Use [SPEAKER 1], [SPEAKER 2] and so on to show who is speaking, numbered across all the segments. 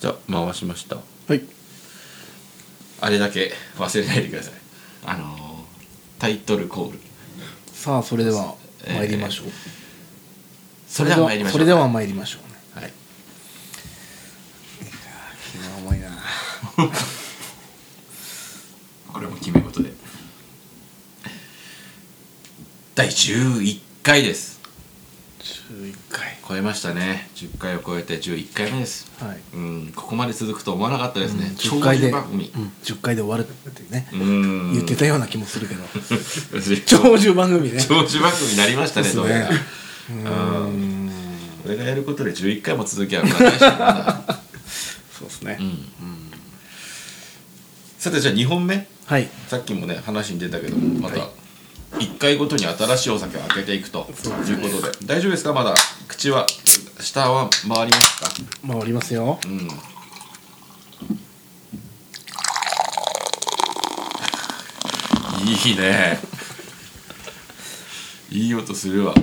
[SPEAKER 1] じゃあ回しました
[SPEAKER 2] はい
[SPEAKER 1] あれだけ忘れないでくださいあのータイトルコール
[SPEAKER 2] さあそれでは参りましょう、
[SPEAKER 1] それでは参りましょう
[SPEAKER 2] それでは参りましょう
[SPEAKER 1] は
[SPEAKER 2] ね
[SPEAKER 1] い
[SPEAKER 2] 気が重いな
[SPEAKER 1] これも決め事で第11回です
[SPEAKER 2] 11回
[SPEAKER 1] 超えましたね10回を超えて11回目です
[SPEAKER 2] はい
[SPEAKER 1] うんここまで続くと思わなかったですね、
[SPEAKER 2] 10回で、
[SPEAKER 1] 長
[SPEAKER 2] うん
[SPEAKER 1] 寿番組、
[SPEAKER 2] 10回で終わるっていうね、
[SPEAKER 1] うん
[SPEAKER 2] 言っ てたような気もするけど
[SPEAKER 1] 長
[SPEAKER 2] 長寿番組ね
[SPEAKER 1] 寿番組になりましたね
[SPEAKER 2] そ
[SPEAKER 1] ど
[SPEAKER 2] うで
[SPEAKER 1] う
[SPEAKER 2] す
[SPEAKER 1] や
[SPEAKER 2] ね
[SPEAKER 1] ら
[SPEAKER 2] うーん
[SPEAKER 1] 俺がやることで11回も続きはるから大したもんだ
[SPEAKER 2] そうですね、
[SPEAKER 1] うんさてじゃあ2本目
[SPEAKER 2] はい
[SPEAKER 1] さっきもね話に出たけどもまた1回ごとに新しいお酒を開けていくと
[SPEAKER 2] そうです
[SPEAKER 1] いう
[SPEAKER 2] ね
[SPEAKER 1] ことで大丈夫ですかまだ口は下は回りますか
[SPEAKER 2] 回りますよ
[SPEAKER 1] うんいいねいい音するわ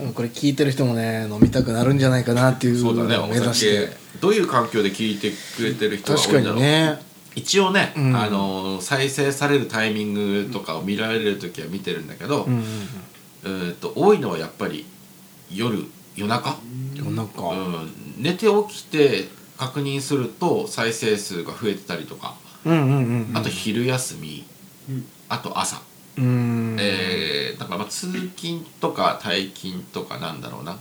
[SPEAKER 2] うんこれ聞いてる人もね飲みたくなるんじゃないかなっていう
[SPEAKER 1] そうだね
[SPEAKER 2] のを目
[SPEAKER 1] お
[SPEAKER 2] 指し
[SPEAKER 1] 酒
[SPEAKER 2] て
[SPEAKER 1] どういう環境で聞いてくれてる人が
[SPEAKER 2] 確
[SPEAKER 1] 多
[SPEAKER 2] か
[SPEAKER 1] いんだろう
[SPEAKER 2] にね
[SPEAKER 1] 一応ね、
[SPEAKER 2] うん
[SPEAKER 1] あの再生されるタイミングとかを見られる時は見てるんだけど、
[SPEAKER 2] うんうん
[SPEAKER 1] えーっと多いのはやっぱり夜夜中、
[SPEAKER 2] うんなんか、
[SPEAKER 1] うん、寝て起きて確認すると再生数が増えてたりとか
[SPEAKER 2] うんうんうんうん
[SPEAKER 1] あと昼休み、
[SPEAKER 3] うん
[SPEAKER 1] あと朝、
[SPEAKER 2] うーん
[SPEAKER 1] えーだからまあ通勤とか退勤とかなんだろうな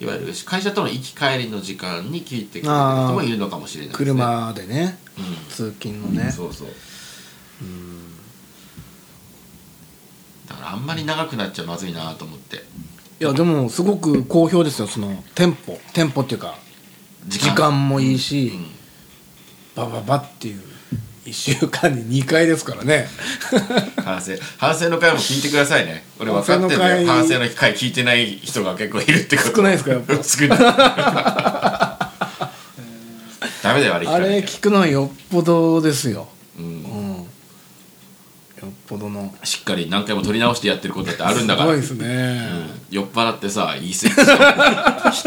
[SPEAKER 1] いわゆる会社との行き帰りの時間に聞いてくれる人もいるのかもしれないですね。
[SPEAKER 2] 車でね
[SPEAKER 1] うん
[SPEAKER 2] 通勤のね
[SPEAKER 1] そうそうだからあんまり長くなっちゃまずいなと思って
[SPEAKER 2] いやでもすごく好評ですよそのテンポテンポっていうか時間もいいし、
[SPEAKER 1] うん
[SPEAKER 2] バババっていう1週間に2回ですからね
[SPEAKER 1] 反省反省の回も聞いてくださいね俺分かってんだよ反
[SPEAKER 2] 反省
[SPEAKER 1] 省
[SPEAKER 2] の
[SPEAKER 1] の回聞いてない人が結構いるってこと
[SPEAKER 2] 少ないですかやっぱ
[SPEAKER 1] 少ない ダメだよあれ聞か
[SPEAKER 2] あ
[SPEAKER 1] なきゃ
[SPEAKER 2] れ聞くのはよっぽどですよ
[SPEAKER 1] う
[SPEAKER 2] うん
[SPEAKER 1] ん、
[SPEAKER 2] よっぽどの
[SPEAKER 1] しっかり何回も撮り直してやってることだってあるんだから
[SPEAKER 2] すごいですね、
[SPEAKER 1] 酔っ払ってさいいセックス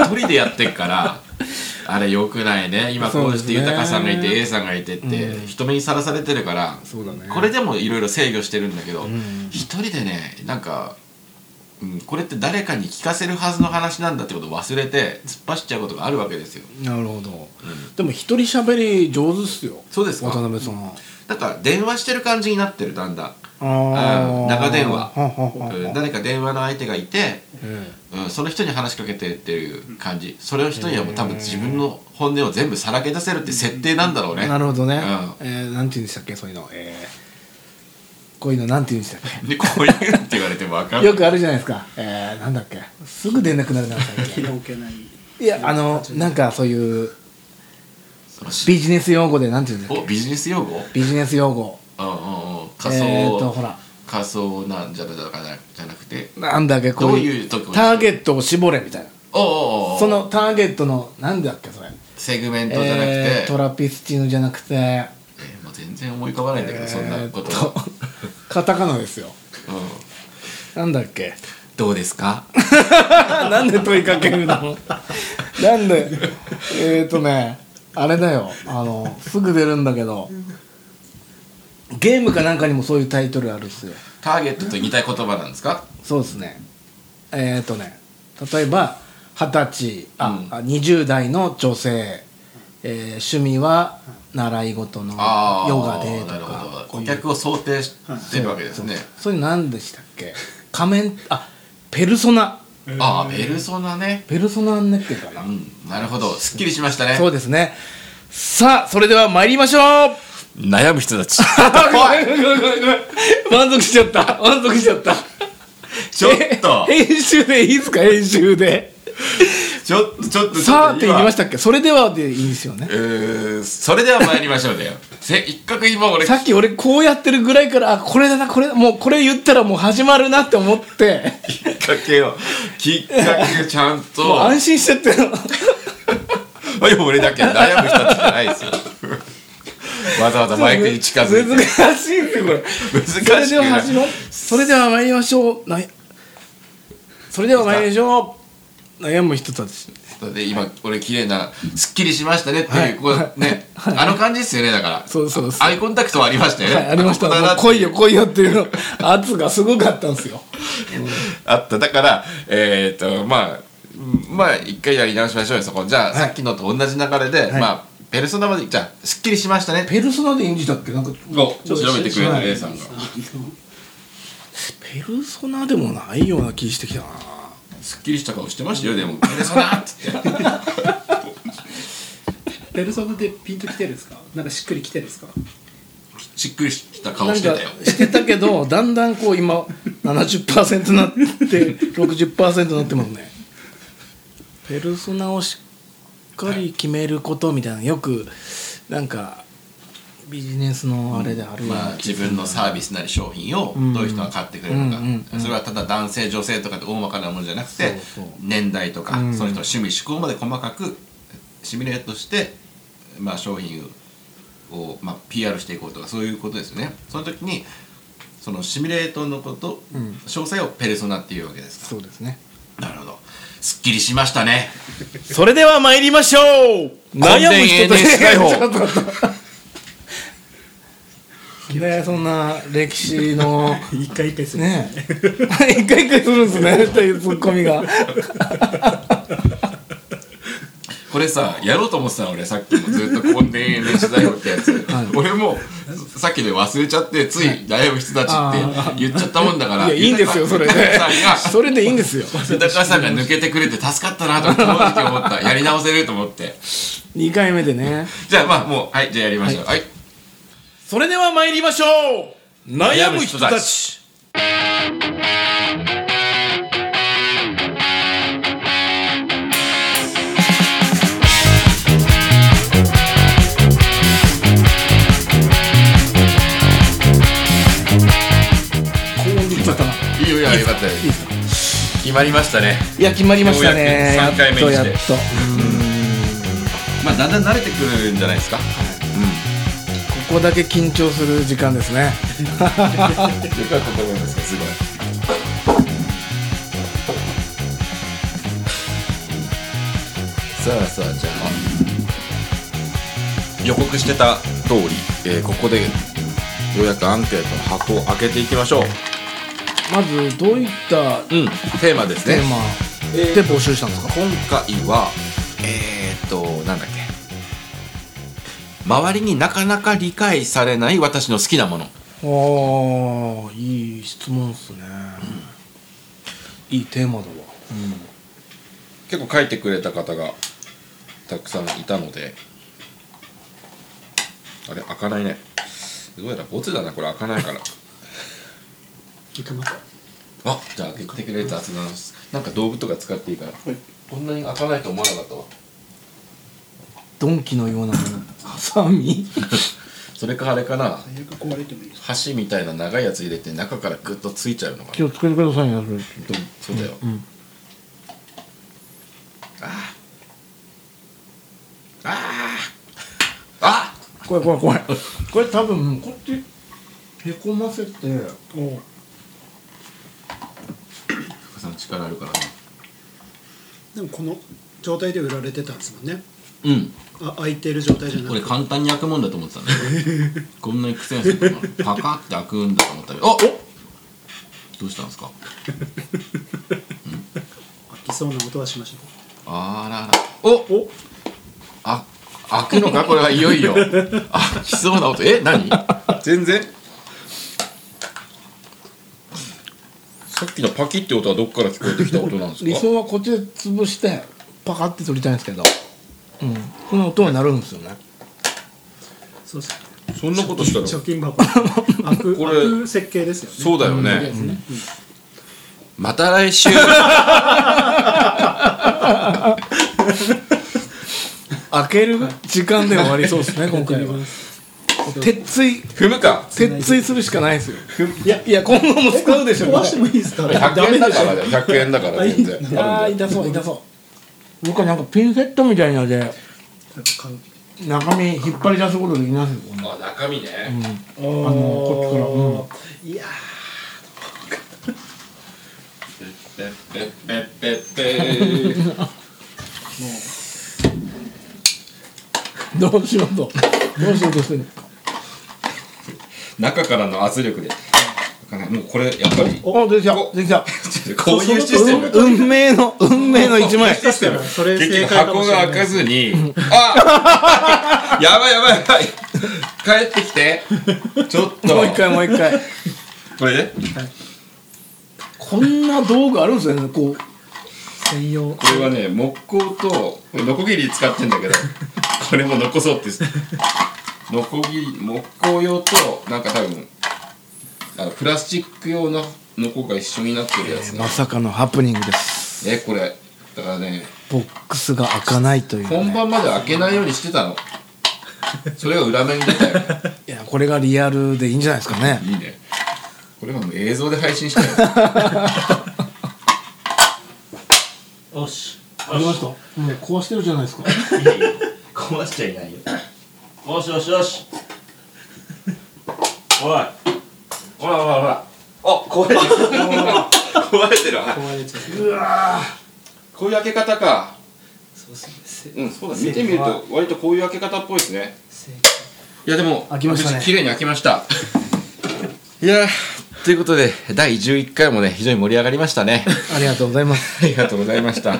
[SPEAKER 1] を一人でやってっからあれよくないね今こうして
[SPEAKER 2] そうですね
[SPEAKER 1] 豊さんがいて A さんがいてって、
[SPEAKER 2] うん
[SPEAKER 1] 人目にさらされてるから
[SPEAKER 2] そうだね
[SPEAKER 1] これでもいろいろ制御してるんだけど、
[SPEAKER 2] ん
[SPEAKER 1] 一人でねなんか、うん、これって誰かに聞かせるはずの話なんだってことを忘れて突っ走っちゃうことがあるわけですよ
[SPEAKER 2] なるほど、でも一人喋り上手っすよ
[SPEAKER 1] そうですか
[SPEAKER 2] 渡辺さん、
[SPEAKER 1] なんか電話してる感じになってるだんだん、
[SPEAKER 2] あ
[SPEAKER 1] う
[SPEAKER 2] あ
[SPEAKER 1] ん長電話
[SPEAKER 2] はんはんはんはん
[SPEAKER 1] うん誰か電話の相手がいて
[SPEAKER 2] え
[SPEAKER 1] うん、その人に話しかけてっていう感じそれを人にはもう多分自分の本音を全部さらけ出せるって設定なんだろう
[SPEAKER 2] え
[SPEAKER 1] ね
[SPEAKER 2] なるほどね、
[SPEAKER 1] うん
[SPEAKER 2] えーなんて言うんでしたっけそういうの、えーこういうのなんて言うんでしたっけ
[SPEAKER 1] でこういうって言われても分かんない
[SPEAKER 2] よくあるじゃないですか、えー、なんだっけすぐ出なくなるな最
[SPEAKER 3] 気
[SPEAKER 2] 近
[SPEAKER 3] が置けない
[SPEAKER 2] いやあのなんかそういう
[SPEAKER 1] そのし
[SPEAKER 2] ビジネス用語でなんて言うんだっ
[SPEAKER 1] お
[SPEAKER 2] け
[SPEAKER 1] ビジネス用語うんうんうん
[SPEAKER 2] ビジネス用語
[SPEAKER 1] 仮想、
[SPEAKER 2] えーとほら
[SPEAKER 1] 仮想なんじゃなかなじゃなくて
[SPEAKER 2] なんだっけこういう
[SPEAKER 1] どういうとこ
[SPEAKER 2] ターゲットを絞れみたいな
[SPEAKER 1] おうおうおう
[SPEAKER 2] そのターゲットのなんだっけそれ
[SPEAKER 1] セグメントじゃなくて、
[SPEAKER 2] え
[SPEAKER 1] え
[SPEAKER 2] ー、トラピスチーノじゃなくてえ
[SPEAKER 1] ーもう全然思い浮かばないんだけど、そんな
[SPEAKER 2] ー
[SPEAKER 1] こ
[SPEAKER 2] っ
[SPEAKER 1] とは、
[SPEAKER 2] とカタカナですよ
[SPEAKER 1] うん、
[SPEAKER 2] なんだっけ
[SPEAKER 1] どうですか
[SPEAKER 2] なんで問いかけるのなんでえー、っとねあれだよあのすぐ出るんだけどゲームかなんかにもそういうタイトルあるっすよ
[SPEAKER 1] ターゲットと似た言葉なんですか
[SPEAKER 2] そうですねえっ、とね例えば二十歳あ、
[SPEAKER 1] うん
[SPEAKER 2] あ20代の女性、えー趣味は習い事のヨ
[SPEAKER 1] ああ
[SPEAKER 2] ガでと
[SPEAKER 1] なるほ
[SPEAKER 2] か
[SPEAKER 1] ど
[SPEAKER 2] こう
[SPEAKER 1] 顧
[SPEAKER 2] いう
[SPEAKER 1] 客を想定してるわけですね、
[SPEAKER 2] そういうの何でしたっけ仮面あペルソナ
[SPEAKER 1] ああペルソナね
[SPEAKER 2] ペルソナになってるかな、
[SPEAKER 1] うんなるほどすっきりしましたね
[SPEAKER 2] そうですねさあそれでは参りましょう
[SPEAKER 1] 悩む人た ち
[SPEAKER 2] ごめんごめんごめんごめん 満足しちゃった満足しちゃった
[SPEAKER 1] ちょっと
[SPEAKER 2] 編集でいいですか編集で
[SPEAKER 1] ちょっとちょっと
[SPEAKER 2] さあって言いましたたっけそれではでいいんですよね
[SPEAKER 1] それでは参りましょうだよせ一角今俺
[SPEAKER 2] さっき俺こうやってるぐらいからあこれだなこれもうこれ言ったらもう始まるなって思って
[SPEAKER 1] きっかけをきっかけちゃん
[SPEAKER 2] もう
[SPEAKER 1] とあ
[SPEAKER 2] 安心しちゃってる
[SPEAKER 1] でも俺だけ悩む人たちじゃない ですよわざわざマイクに近づいて
[SPEAKER 2] 難しいですよこれ
[SPEAKER 1] 難しく
[SPEAKER 2] それでは
[SPEAKER 1] ない
[SPEAKER 2] 始まそれでは参りましょうなそれでは参りましょう悩む人たち
[SPEAKER 1] だって今俺綺麗なすっきりしましたねっていうこうねあの感じですよねだから
[SPEAKER 2] そうそうそう
[SPEAKER 1] あアイコンタクトはありましたよね
[SPEAKER 2] はい、ありました。
[SPEAKER 1] 大人
[SPEAKER 2] もう
[SPEAKER 1] だ
[SPEAKER 2] 来いよ来いよっていうの 圧がすごかったんですよ。
[SPEAKER 1] あっただからえっ、とまあうんまあ一回やり直しましょうよそこじゃあ、
[SPEAKER 2] はい
[SPEAKER 1] さっきのと同じ流れで、
[SPEAKER 2] はい
[SPEAKER 1] まあペルソナまでじゃあすっきりしましたね
[SPEAKER 2] ペルソナで演じたっけなんか
[SPEAKER 1] おちょっと調べてくれた
[SPEAKER 2] はい
[SPEAKER 1] A さんが
[SPEAKER 2] ペルソナでもないような気してきたな。
[SPEAKER 1] すっきりした顔してましたよでもペルソナっつって
[SPEAKER 3] ペルソナでピンときてるんですかなんかしっくりきてるんですか
[SPEAKER 1] しっくりした顔
[SPEAKER 2] なん
[SPEAKER 1] して
[SPEAKER 2] か
[SPEAKER 1] たよ
[SPEAKER 2] してたけ ど、だんだんこう今70%なって60%なってますね。ペルソナをしっかり決めることみたいなよくなんかビジネスのあれであるよう
[SPEAKER 1] まあ、
[SPEAKER 2] な気
[SPEAKER 1] 自
[SPEAKER 2] する
[SPEAKER 1] 分のサービスなり商品をどういう人が買ってくれるのか、
[SPEAKER 2] うんうんうん
[SPEAKER 1] それはただ男性女性とかって大まかなものじゃなくて
[SPEAKER 2] そうそう
[SPEAKER 1] 年代とか、
[SPEAKER 2] うん
[SPEAKER 1] その人の趣味嗜好まで細かくシミュレートして、まあ、商品を、まあ、PR していこうとかそういうことですよねその時にそのシミュレートのこと、
[SPEAKER 2] うん
[SPEAKER 1] 詳細をペルソナっていうわけです
[SPEAKER 2] そうですね。
[SPEAKER 1] なるほどすっきりしましたね
[SPEAKER 2] それでは参りましょう悩む人た
[SPEAKER 1] 根源 NSK 法
[SPEAKER 2] ちょっと待ってねそんな歴史の
[SPEAKER 3] 一回一回する
[SPEAKER 2] ね 一回一回するんですねというツッコミが
[SPEAKER 1] これさやろうと思ってたの俺さっきもずっと「根底への取材を」ってやつ、
[SPEAKER 2] い
[SPEAKER 1] 俺もさっきで忘れちゃってつい悩む人たちって言っちゃったもんだから
[SPEAKER 2] いやいいんですよそれで
[SPEAKER 1] 豊川さん
[SPEAKER 2] それでいいんですよ
[SPEAKER 1] が豊川さんが抜けてくれて助かったなと正直思ったやり直せると思って
[SPEAKER 2] 2回目でね
[SPEAKER 1] じゃあまあもうはいじゃあやりましょうはい、
[SPEAKER 2] それでは参りましょう
[SPEAKER 1] 悩む人た
[SPEAKER 2] ちちょっと
[SPEAKER 1] い、いよいいよよかったよ
[SPEAKER 2] いいですか
[SPEAKER 1] 決まりましたね
[SPEAKER 2] いや決まりましたね
[SPEAKER 1] よう
[SPEAKER 2] や
[SPEAKER 1] や
[SPEAKER 2] っ
[SPEAKER 1] く三回目に
[SPEAKER 2] と
[SPEAKER 1] して
[SPEAKER 2] やっと
[SPEAKER 1] まあだんだん慣れてくるんじゃないですか
[SPEAKER 2] ここだけ緊張する時間ですね
[SPEAKER 1] よかったと思いますすごいさあさあじゃあ予告してた通り、えーここでようやくアンケートの箱を開けていきましょう
[SPEAKER 2] まずどういった
[SPEAKER 1] うんテーマですね
[SPEAKER 2] テーマで募集したんですか、
[SPEAKER 1] 今回はえー、っとなんだっけ周りになかなか理解されない私の好きなもの
[SPEAKER 2] ああいい質問ですね、いいテーマだわ、
[SPEAKER 1] 結構書いてくれた方がたくさんいたのであれ開かないねどうやらボツだなこれ開かないから
[SPEAKER 3] いかます
[SPEAKER 1] あじゃあ開けてくれたやつなんですなんか道具とか使っていいから、こんなに開かないと思わなかったわ
[SPEAKER 2] ドンキのようなものハサミ
[SPEAKER 1] それかあれかな
[SPEAKER 3] 最悪壊れてもいいです
[SPEAKER 1] 箸みたいな長いやつ入れて中からグッとついちゃうのかな
[SPEAKER 2] 気をつけてくださいねそれ
[SPEAKER 1] どうそうだよ、
[SPEAKER 2] うん
[SPEAKER 1] あーあーあ
[SPEAKER 2] 怖い怖い怖いこれ多分こっちへこませて
[SPEAKER 3] お
[SPEAKER 1] あさん力あるからね
[SPEAKER 3] でもこの状態で売られてたんですもんね
[SPEAKER 1] うん
[SPEAKER 3] あ開いてる状態じゃな
[SPEAKER 1] こ
[SPEAKER 3] く
[SPEAKER 1] れ
[SPEAKER 3] て
[SPEAKER 1] 簡単に開くもんだと思ってたんだけどこんなに苦戦するのかなパカって開くんだと思ったけどあどうしたんですか
[SPEAKER 3] 開きそうな音はしました
[SPEAKER 1] あららお
[SPEAKER 3] お
[SPEAKER 1] あ開くのかこれはいよいよ開きそうな音え何全然さっきのパキって音はどっから聞こえてきた音なんですか
[SPEAKER 2] 理想はこっちで潰してパカって取りたいんですけど、うん、この音は鳴るんですよね
[SPEAKER 3] そうですね
[SPEAKER 1] そんなことしたら
[SPEAKER 3] 貯 金箱開く
[SPEAKER 1] こ
[SPEAKER 3] 開
[SPEAKER 1] れ
[SPEAKER 3] く設計ですよね
[SPEAKER 1] そうだよね、
[SPEAKER 3] ですね
[SPEAKER 1] また来週
[SPEAKER 2] 開ける時間で終わりそうですね今回は 鉄椎
[SPEAKER 1] 踏むか
[SPEAKER 2] 鉄椎するしかないですよ
[SPEAKER 3] いや
[SPEAKER 2] いや今後も使うでしょ
[SPEAKER 3] 壊してもいいですか
[SPEAKER 1] 100円だか
[SPEAKER 3] ょ
[SPEAKER 1] らだよ100円だから全然
[SPEAKER 2] いやー痛そう痛そう僕はなんかピンセットみたいなので
[SPEAKER 3] 買う
[SPEAKER 2] 中身引っ張り出すことできますよこんな
[SPEAKER 1] あ中身ね、
[SPEAKER 3] あの
[SPEAKER 2] こ
[SPEAKER 3] いや
[SPEAKER 1] ペッペッペッペッペッペッ
[SPEAKER 3] ーもう
[SPEAKER 2] どうしようとどうしようとしてる
[SPEAKER 1] 中からの圧力でなんかねもうこれやっぱり
[SPEAKER 2] おおできたできた
[SPEAKER 1] こういうシステム
[SPEAKER 2] 運運命の運命の一枚
[SPEAKER 1] システム
[SPEAKER 3] それ
[SPEAKER 1] 結
[SPEAKER 3] 正
[SPEAKER 1] 局
[SPEAKER 3] 解かも
[SPEAKER 1] 箱
[SPEAKER 3] しれな
[SPEAKER 1] が
[SPEAKER 3] い
[SPEAKER 1] 開かずにあやばいやばいやばい帰ってきてちょっと
[SPEAKER 2] もう一回もう一回
[SPEAKER 1] これで
[SPEAKER 2] こんな道具あるんですねこう
[SPEAKER 3] 専用
[SPEAKER 1] これはね木工とノコギリ使ってんだけどこれも残そうってノコギリ木工用となんか多分あのプラスチック用のノコが一緒になってるやつ
[SPEAKER 2] まさかのハプニングです
[SPEAKER 1] ねこれだからね
[SPEAKER 2] ボックスが開かないというね、
[SPEAKER 1] 本番まで開けないようにしてたのそれが裏目に出たよね
[SPEAKER 2] いやこれがリアルでいいんじゃないですかね
[SPEAKER 1] いいねこれはもう映像で配信したよ
[SPEAKER 4] よし
[SPEAKER 2] ありましたもう壊してるじゃないですか
[SPEAKER 4] いいよ壊しちゃいないよよしよしよしおいほらほらほら
[SPEAKER 1] あ壊れてる壊れてるはい
[SPEAKER 4] 壊れちゃう
[SPEAKER 1] こういう開け方か
[SPEAKER 4] そうすね
[SPEAKER 1] うんそうだ見てみると割とこういう開け方っぽいですねいやでも
[SPEAKER 2] 開きましたね
[SPEAKER 1] 無事綺麗に開きましたいやーということで第11回もね非常に盛り上がりましたね
[SPEAKER 2] ありがとうございま す
[SPEAKER 1] ありがとうございましたい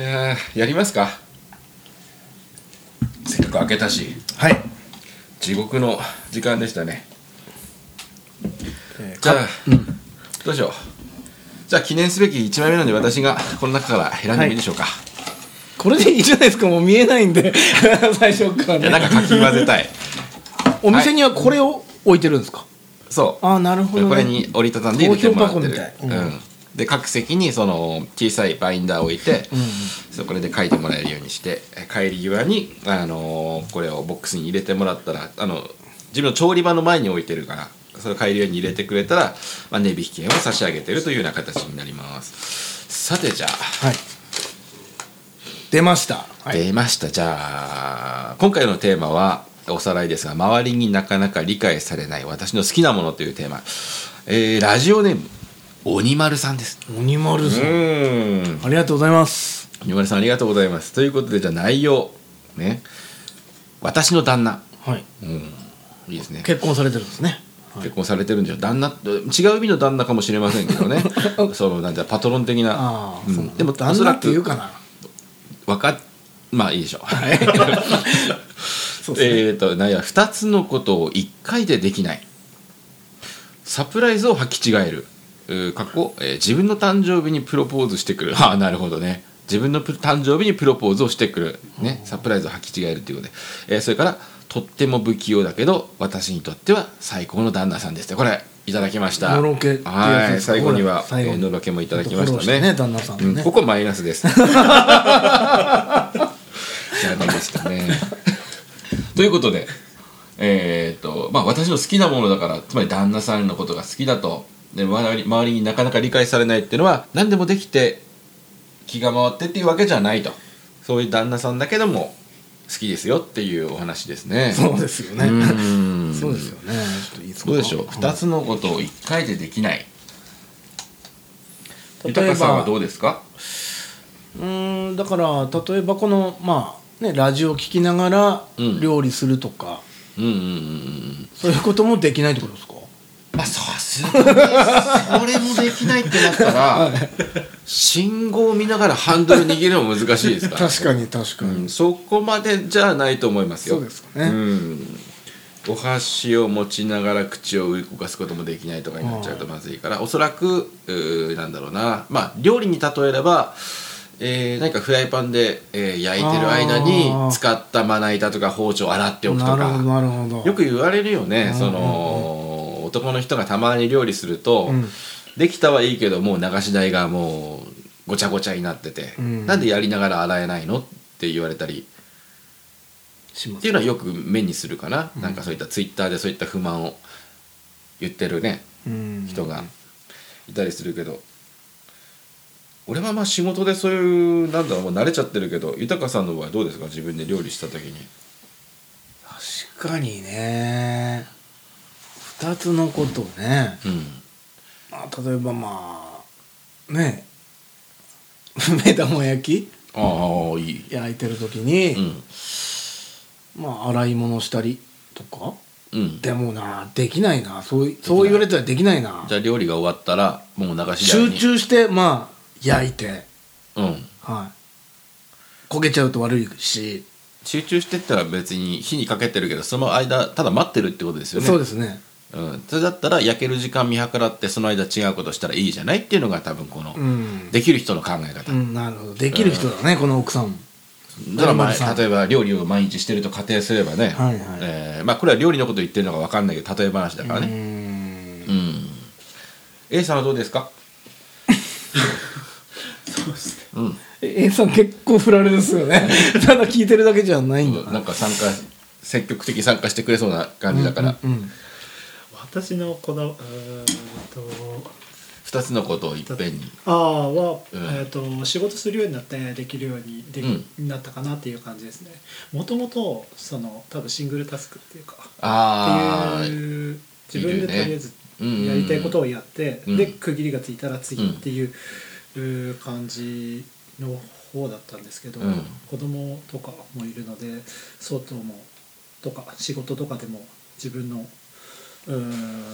[SPEAKER 1] やーやりますかせっかく開けたし
[SPEAKER 2] はい、
[SPEAKER 1] 地獄の時間でしたね
[SPEAKER 2] えー
[SPEAKER 1] じゃあ、どうしようじゃあ記念すべき1枚目なんで私がこの中から選んでもいいでしょうか、
[SPEAKER 2] これでいいじゃないですかもう見えないんで 最初か
[SPEAKER 1] いや
[SPEAKER 2] らね
[SPEAKER 1] なんかかき混ぜた い
[SPEAKER 2] お店にはこれを置いてるんですか、
[SPEAKER 1] そう
[SPEAKER 2] ああなるほど、ね、
[SPEAKER 1] これに折りたたんで入れてもらってる
[SPEAKER 2] 投票箱みた
[SPEAKER 1] う
[SPEAKER 2] いうんん
[SPEAKER 1] で各席にその小さいバインダーを置いて、
[SPEAKER 2] んうん
[SPEAKER 1] そこで書いてもらえるようにしてえ帰り際に、あのーこれをボックスに入れてもらったらあの自分の調理場の前に置いてるからそれを帰り際に入れてくれたら、まあ、値引き券を差し上げてるというような形になりますさてじゃあ
[SPEAKER 2] はい出ました、はい、
[SPEAKER 1] 出ましたじゃあ今回のテーマはおさらいですが周りになかなか理解されない私の好きなものというテーマ、えーラジオネーム鬼丸さんです
[SPEAKER 2] 鬼丸
[SPEAKER 1] う
[SPEAKER 2] さん、
[SPEAKER 1] ーん
[SPEAKER 2] ありがとうございます
[SPEAKER 1] 鬼丸さんありがとうございますということでじゃあ内容ね私の旦那
[SPEAKER 2] はい
[SPEAKER 1] いいですね
[SPEAKER 2] 結婚されてるんですね
[SPEAKER 1] 結婚されてるんでしょ旦那違う意味の旦那かもしれませんけどね そのなんてパトロン的な
[SPEAKER 2] あ、あ、
[SPEAKER 1] うん
[SPEAKER 2] そう
[SPEAKER 1] でもお
[SPEAKER 2] 旦
[SPEAKER 1] そ
[SPEAKER 2] 那
[SPEAKER 1] ら
[SPEAKER 2] っていう
[SPEAKER 1] く
[SPEAKER 2] かな
[SPEAKER 1] わかっまあいいでしょう
[SPEAKER 2] そうですね、
[SPEAKER 1] えー、と何や2つのことを1回でできないサプライズを履き違えるうー過去、えー自分の誕生日にプロポーズしてくる ああなるほどね自分のプ誕生日にプロポーズをしてくる、ね、サプライズを履き違えるということで、えーそれからとっても不器用だけど私にとっては最高の旦那さんですってこれいただきました
[SPEAKER 2] のろけっていうやつ
[SPEAKER 1] は
[SPEAKER 2] で
[SPEAKER 1] い
[SPEAKER 2] すね
[SPEAKER 1] 最後には
[SPEAKER 2] 最後
[SPEAKER 1] えーのろけもいただきました
[SPEAKER 2] フォロー
[SPEAKER 1] ね
[SPEAKER 2] してね旦那さんとね
[SPEAKER 1] うんここマイナス です残念でしたねということで、えーっとまあ、私の好きなものだからつまり旦那さんのことが好きだとで周り周りになかなか理解されないっていうのは何でもできて気が回ってっていうわけじゃないとそういう旦那さんだけども好きですよっていうお話ですね。
[SPEAKER 2] そうですよね、
[SPEAKER 1] うん
[SPEAKER 2] そうですよねちょっといいですか
[SPEAKER 1] どうでしょう、
[SPEAKER 2] ん
[SPEAKER 1] 2つのことを1回でできない
[SPEAKER 2] 例えば
[SPEAKER 1] 豊さんはどうですか
[SPEAKER 2] うーんだから例えばこのまあねラジオを聞きながら
[SPEAKER 1] うん
[SPEAKER 2] 料理するとか、
[SPEAKER 1] うんうんうんうん
[SPEAKER 2] そういうこともできないってことですか
[SPEAKER 1] まあさすがにそれもできないってなったら信号を見ながらハンドル握るのも難しいですから、
[SPEAKER 2] 確かに確かに、
[SPEAKER 1] うんそこまでじゃないと思いますよ
[SPEAKER 2] そうですかね
[SPEAKER 1] うんお箸を持ちながら口を動かすこともできないとかになっちゃうとまずいからおそらくうーなんだろうなまあ料理に例えれば、えー何かフライパンで、えー焼いてる間に
[SPEAKER 2] あー
[SPEAKER 1] 使ったまな板とか包丁を洗っておくとか
[SPEAKER 2] なるほどなるほど
[SPEAKER 1] よく言われるよね、
[SPEAKER 2] うん
[SPEAKER 1] その、男の人がたまに料理すると、
[SPEAKER 2] うん
[SPEAKER 1] できたはいいけどもう流し台がもうごちゃごちゃになってて、
[SPEAKER 2] うん
[SPEAKER 1] なんでやりながら洗えないのって言われたり
[SPEAKER 2] しま
[SPEAKER 1] っていうのはよく目にするかな、なんかそういったツイッターでそういった不満を言ってるね
[SPEAKER 2] うん
[SPEAKER 1] 人がいたりするけど。俺はまあ仕事でそういうなんだろうもう慣れちゃってるけど豊さんの場合どうですか自分で料理した時に
[SPEAKER 2] 確かにね2つのことね、
[SPEAKER 1] うん
[SPEAKER 2] まあ、例えばまあね 目玉焼き
[SPEAKER 1] ああいい
[SPEAKER 2] 焼いてる時に、
[SPEAKER 1] うん
[SPEAKER 2] まあ洗い物したりとか
[SPEAKER 1] うんじ
[SPEAKER 2] でもなできないなそういそう言われたらできないな
[SPEAKER 1] ゃあ料理が終わったらもう流し台
[SPEAKER 2] 集
[SPEAKER 1] に
[SPEAKER 2] 中してまあ焼いて
[SPEAKER 1] うん
[SPEAKER 2] はい焦げちゃうと悪いし、
[SPEAKER 1] 集中してったら別に火にかけてるけどその間ただ待ってるってことですよね
[SPEAKER 2] そうですね
[SPEAKER 1] うん、それだったら焼ける時間見計らってその間違うことしたらいいじゃないっていうのが多分この、
[SPEAKER 2] うん、
[SPEAKER 1] できる人の考え方、
[SPEAKER 2] うん、なるほどできる人だね、この奥さん
[SPEAKER 1] だからま
[SPEAKER 2] 丸さ
[SPEAKER 1] あ
[SPEAKER 2] ん
[SPEAKER 1] 例えば料理を毎日してると仮定すればね、
[SPEAKER 2] はいはい
[SPEAKER 1] えーまあ、これは料理のこと言ってるのか分かんないけど例え話だから
[SPEAKER 2] う
[SPEAKER 1] ね
[SPEAKER 2] ん
[SPEAKER 1] うん A さんはどうですかうん、
[SPEAKER 2] A さん結構振られですよねただ聞いてるだけじゃないんだ
[SPEAKER 1] なんか参加積極的に参加してくれそうな感じだから、
[SPEAKER 2] うんうん
[SPEAKER 3] 私のこだうーんと
[SPEAKER 1] 2つのことをいっぺんに
[SPEAKER 3] ああは、
[SPEAKER 1] うん
[SPEAKER 3] えっと仕事するようになってできるようにでき、なったかなっていう感じですねもともとその多分シングルタスクっていうか
[SPEAKER 1] ああ
[SPEAKER 3] っていう自分でとりあえず
[SPEAKER 1] いるねうん
[SPEAKER 3] やりたいことをやって、
[SPEAKER 1] うん
[SPEAKER 3] で区切りがついたら次っていううー感じの方だったんですけど、
[SPEAKER 1] うん
[SPEAKER 3] 子供とかもいるので外もとか仕事とかでも自分のうーん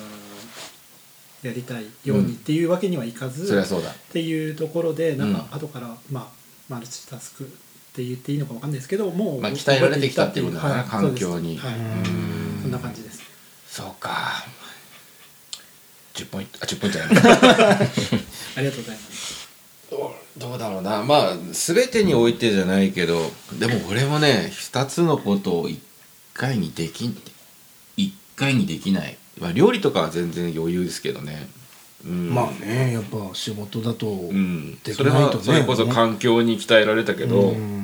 [SPEAKER 3] やりたいようにっていうわけにはいかず、
[SPEAKER 1] そりゃそうだ
[SPEAKER 3] っていうところでなんか
[SPEAKER 1] うん
[SPEAKER 3] 後から、まあマルチタスクって言っていいのかわかんないですけどもう
[SPEAKER 1] まあ鍛えられてきたっていうことだな
[SPEAKER 3] はい
[SPEAKER 1] 環境に
[SPEAKER 3] そうです
[SPEAKER 2] う
[SPEAKER 3] はい
[SPEAKER 2] ん
[SPEAKER 3] そんな感じです
[SPEAKER 1] そうか10ポイントあ10ポイントじゃない
[SPEAKER 3] ありがとうございます
[SPEAKER 1] どうだろうなまあ全てにおいてじゃないけどでも俺もね2つのことを1回にできん1回にできない、まあ、料理とかは全然余裕ですけどねうん
[SPEAKER 2] まあねやっぱ仕事だと、
[SPEAKER 1] うん
[SPEAKER 2] でき
[SPEAKER 1] それ
[SPEAKER 2] ない
[SPEAKER 1] は
[SPEAKER 2] とね
[SPEAKER 1] それこそ環境に鍛えられたけど、
[SPEAKER 2] うん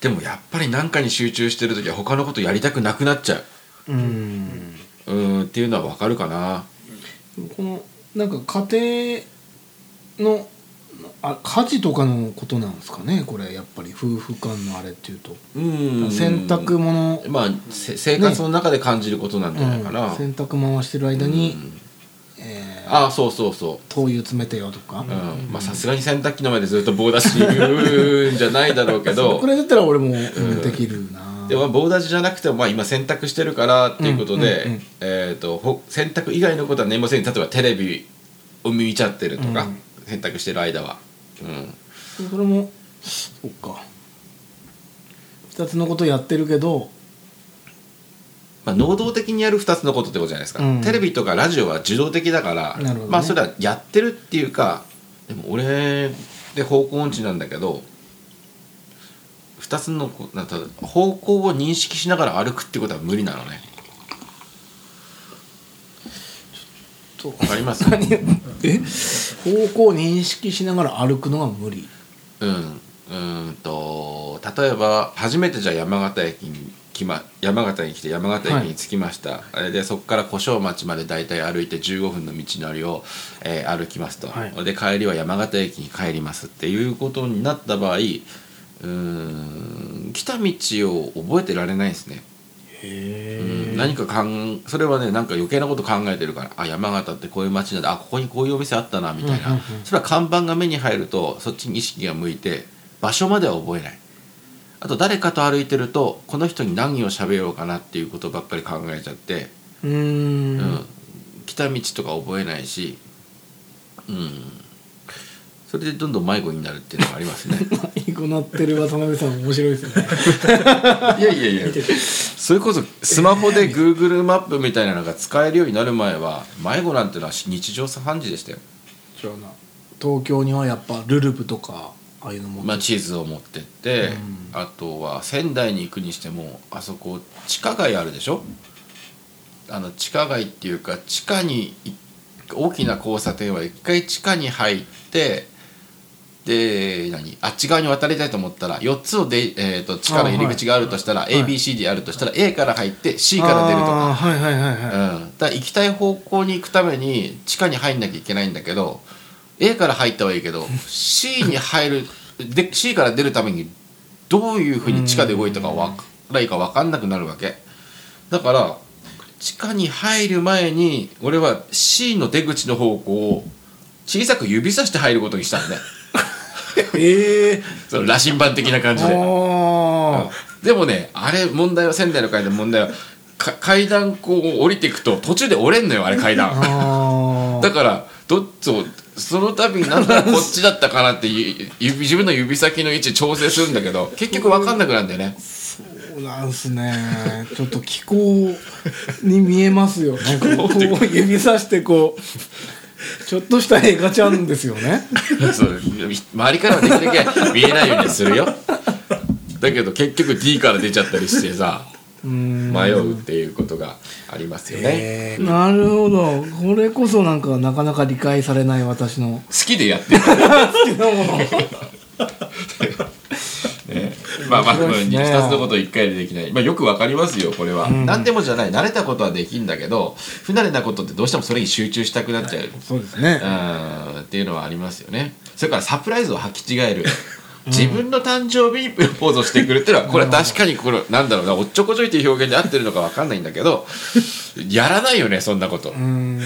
[SPEAKER 1] でもやっぱり何かに集中してる時は他のことやりたくなくなっちゃう
[SPEAKER 2] うん
[SPEAKER 1] うんっていうのはわかるかな
[SPEAKER 2] このなんか家庭のあ家事とかのことなんですかねこれやっぱり夫婦間のあれっていうと、
[SPEAKER 1] うん
[SPEAKER 2] 洗濯物、
[SPEAKER 1] まあ、せ生活の中で感じることなんじゃないかな、
[SPEAKER 2] うん洗濯回してる間に、
[SPEAKER 1] うん
[SPEAKER 2] えー
[SPEAKER 1] ああそうそうそ
[SPEAKER 2] 灯油詰めてよとか、
[SPEAKER 1] ううんまあさすがに洗濯機の前でずっと棒立ち言うんじゃないだろうけど
[SPEAKER 2] これだったら俺も、うんできるな
[SPEAKER 1] でもまあ棒立ちじゃなくてもまあ今洗濯してるからっていうことで、
[SPEAKER 2] うんうんうん
[SPEAKER 1] えー、とほ洗濯以外のことは年末に例えばテレビを見ちゃってるとか、
[SPEAKER 2] うん
[SPEAKER 1] 洗濯してる間は、うん、
[SPEAKER 2] それもそっか2つのことやってるけど
[SPEAKER 1] まあ、能動的にやる2つのことってことじゃないですか、
[SPEAKER 2] うん
[SPEAKER 1] テレビとかラジオは受動的だから、
[SPEAKER 2] なるほどね
[SPEAKER 1] まあそれはやってるっていうかでも俺で方向音痴なんだけど2つのこなんか方向を認識しながら歩くってことは無理なのね
[SPEAKER 2] と
[SPEAKER 1] わかり ます
[SPEAKER 2] 何え方向を認識しながら歩くのが無理
[SPEAKER 1] うんうーんと例えば初めてじゃあ山形駅に来ま山形に来て山形駅に着きました、あれでそこから古小町までだいたい歩いて15分の道のりを、えー歩きますと、
[SPEAKER 2] はい
[SPEAKER 1] で帰りは山形駅に帰りますっていうことになった場合うーん来た道を覚えてられないですね。うん何かかんそれはねなんか余計なこと考えてるからあ山形ってこういう街なんだあここにこういうお店あったなみたいな、
[SPEAKER 2] うんうん
[SPEAKER 1] それは看板が目に入るとそっちに意識が向いて場所までは覚えないあと誰かと歩いてるとこの人に何を喋ろうかなっていうことばっかり考えちゃって、
[SPEAKER 2] うーん
[SPEAKER 1] うん、来た道とか覚えないしうんそれでどんどん迷子になるっていうのがありますね
[SPEAKER 2] いい子なってる渡辺さん面白いですね
[SPEAKER 1] いやいやい やそれこそスマホで Google マップみたいなのが使えるようになる前は迷子なんてのは日常茶飯事でしたよ、
[SPEAKER 2] じゃあな東京にはやっぱルルブとかああいうのも、
[SPEAKER 1] まあ、地図を持ってって、
[SPEAKER 2] うん
[SPEAKER 1] あとは仙台に行くにしてもあそこ地下街あるでしょあの地下街っていうか地下にい大きな交差点は一回地下に入ってで何あっち側に渡りたいと思ったら4つので、えー、と地下の入り口があるとしたら、
[SPEAKER 2] いはい
[SPEAKER 1] ABCD あるとしたら、A から入って C から出るとか
[SPEAKER 2] あーはいはいはいはい、
[SPEAKER 1] うん、だから行きたい方向に行くために地下に入んなきゃいけないんだけど A から入ったはいいけど C に入るで C から出るためにどういうふうに地下で動いたかわからいか分かんなくなるわけだから地下に入る前に俺は C の出口の方向を小さく指さして入ることにしたんだね
[SPEAKER 2] ええ
[SPEAKER 1] その羅針盤的な感じで。
[SPEAKER 2] ああ
[SPEAKER 1] でもねあれ問題は仙台の階段問題はか階段こう降りていくと途中で折れんのよあれ階段
[SPEAKER 2] あ
[SPEAKER 1] だからどっちをその度になんだこっちだったかなってゆ指自分の指先の位置調整するんだけど結局分かんなくなるんだよね
[SPEAKER 2] そうなんすねちょっと気候に見えま すよねこう指さしてこうちょっとした映画ちゃんですよね
[SPEAKER 1] そう周りからはできるだけ見えないようにするよだけど結局 D から出ちゃったりしてさ
[SPEAKER 2] うん
[SPEAKER 1] 迷うっていうことがありますよね
[SPEAKER 2] えーなるほどこれこそなんかなかなか理解されない私の
[SPEAKER 1] 好きでやってる
[SPEAKER 2] 好きなも の
[SPEAKER 1] まあまあ、
[SPEAKER 2] 面白いっすね
[SPEAKER 1] 2つのこと1回でできない、まあ、よくわかりますよこれは、何でもじゃない慣れたことはできんだけど不慣れなことってどうしてもそれに集中したくなっちゃう、
[SPEAKER 2] そうですね
[SPEAKER 1] うんっていうのはありますよねそれからサプライズを履き違える自分の誕生日にプロポーズをしてくるっていうのはこれは確かにこれなんだろうなおっちょこちょいっていう表現で合ってるのかわかんないんだけどやらないよねそんなこと、
[SPEAKER 2] うん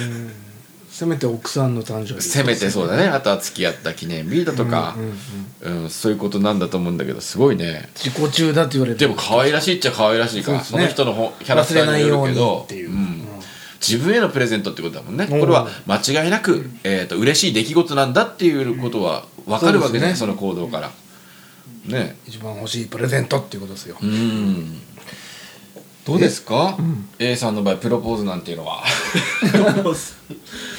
[SPEAKER 2] せめて奥さんの誕生日
[SPEAKER 1] せめてそうだねあとは付き合った記念日だとか、うんそういうことなんだと思うんだけどすごいね
[SPEAKER 2] 自己中だって言われ
[SPEAKER 1] で
[SPEAKER 2] て
[SPEAKER 1] も可愛らしいっちゃ可愛らしいからそ,、
[SPEAKER 2] そうです
[SPEAKER 1] の人
[SPEAKER 2] ね
[SPEAKER 1] のほキャラクターによるけど
[SPEAKER 2] 忘れないようにっていう
[SPEAKER 1] う
[SPEAKER 2] うん
[SPEAKER 1] ん、自分へのプレゼントってことだもんねこれは間違いなく、えー、と嬉しい出来事なんだっていうことは分かるわけじゃない、
[SPEAKER 2] そ
[SPEAKER 1] そう
[SPEAKER 2] ですね
[SPEAKER 1] の行動からね
[SPEAKER 2] 一番欲しいプレゼントっていうことですよ
[SPEAKER 1] うんどうですか、A さんの場合プロポーズなんていうのは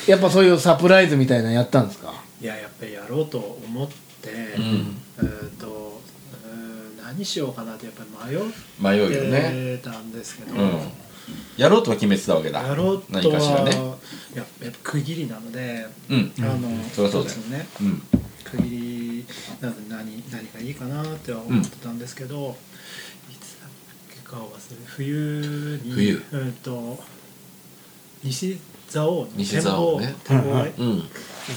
[SPEAKER 2] やっぱそういうサプライズみたいなのやったんですか
[SPEAKER 3] いややっぱりやろうと思って、うーんとうーん何しようかなってやっぱり迷っ
[SPEAKER 1] 迷うよね、
[SPEAKER 3] てたんですけど、
[SPEAKER 1] うんやろうとは決めてたわけだ
[SPEAKER 3] やろうとは
[SPEAKER 1] 何かしらね
[SPEAKER 3] いややっぱ区切りなので、
[SPEAKER 1] うん
[SPEAKER 3] あの
[SPEAKER 1] そりゃそうだよ
[SPEAKER 3] 一つのね
[SPEAKER 1] うん
[SPEAKER 3] 区切りなので何何がいいかなっては思ってたんですけど、いつだっけか忘れ冬に
[SPEAKER 1] 冬
[SPEAKER 3] うんと西蔵王の
[SPEAKER 1] 西
[SPEAKER 3] 展
[SPEAKER 1] 蔵王
[SPEAKER 3] 望、
[SPEAKER 1] ね
[SPEAKER 3] 展望台、
[SPEAKER 2] はいはい
[SPEAKER 1] うん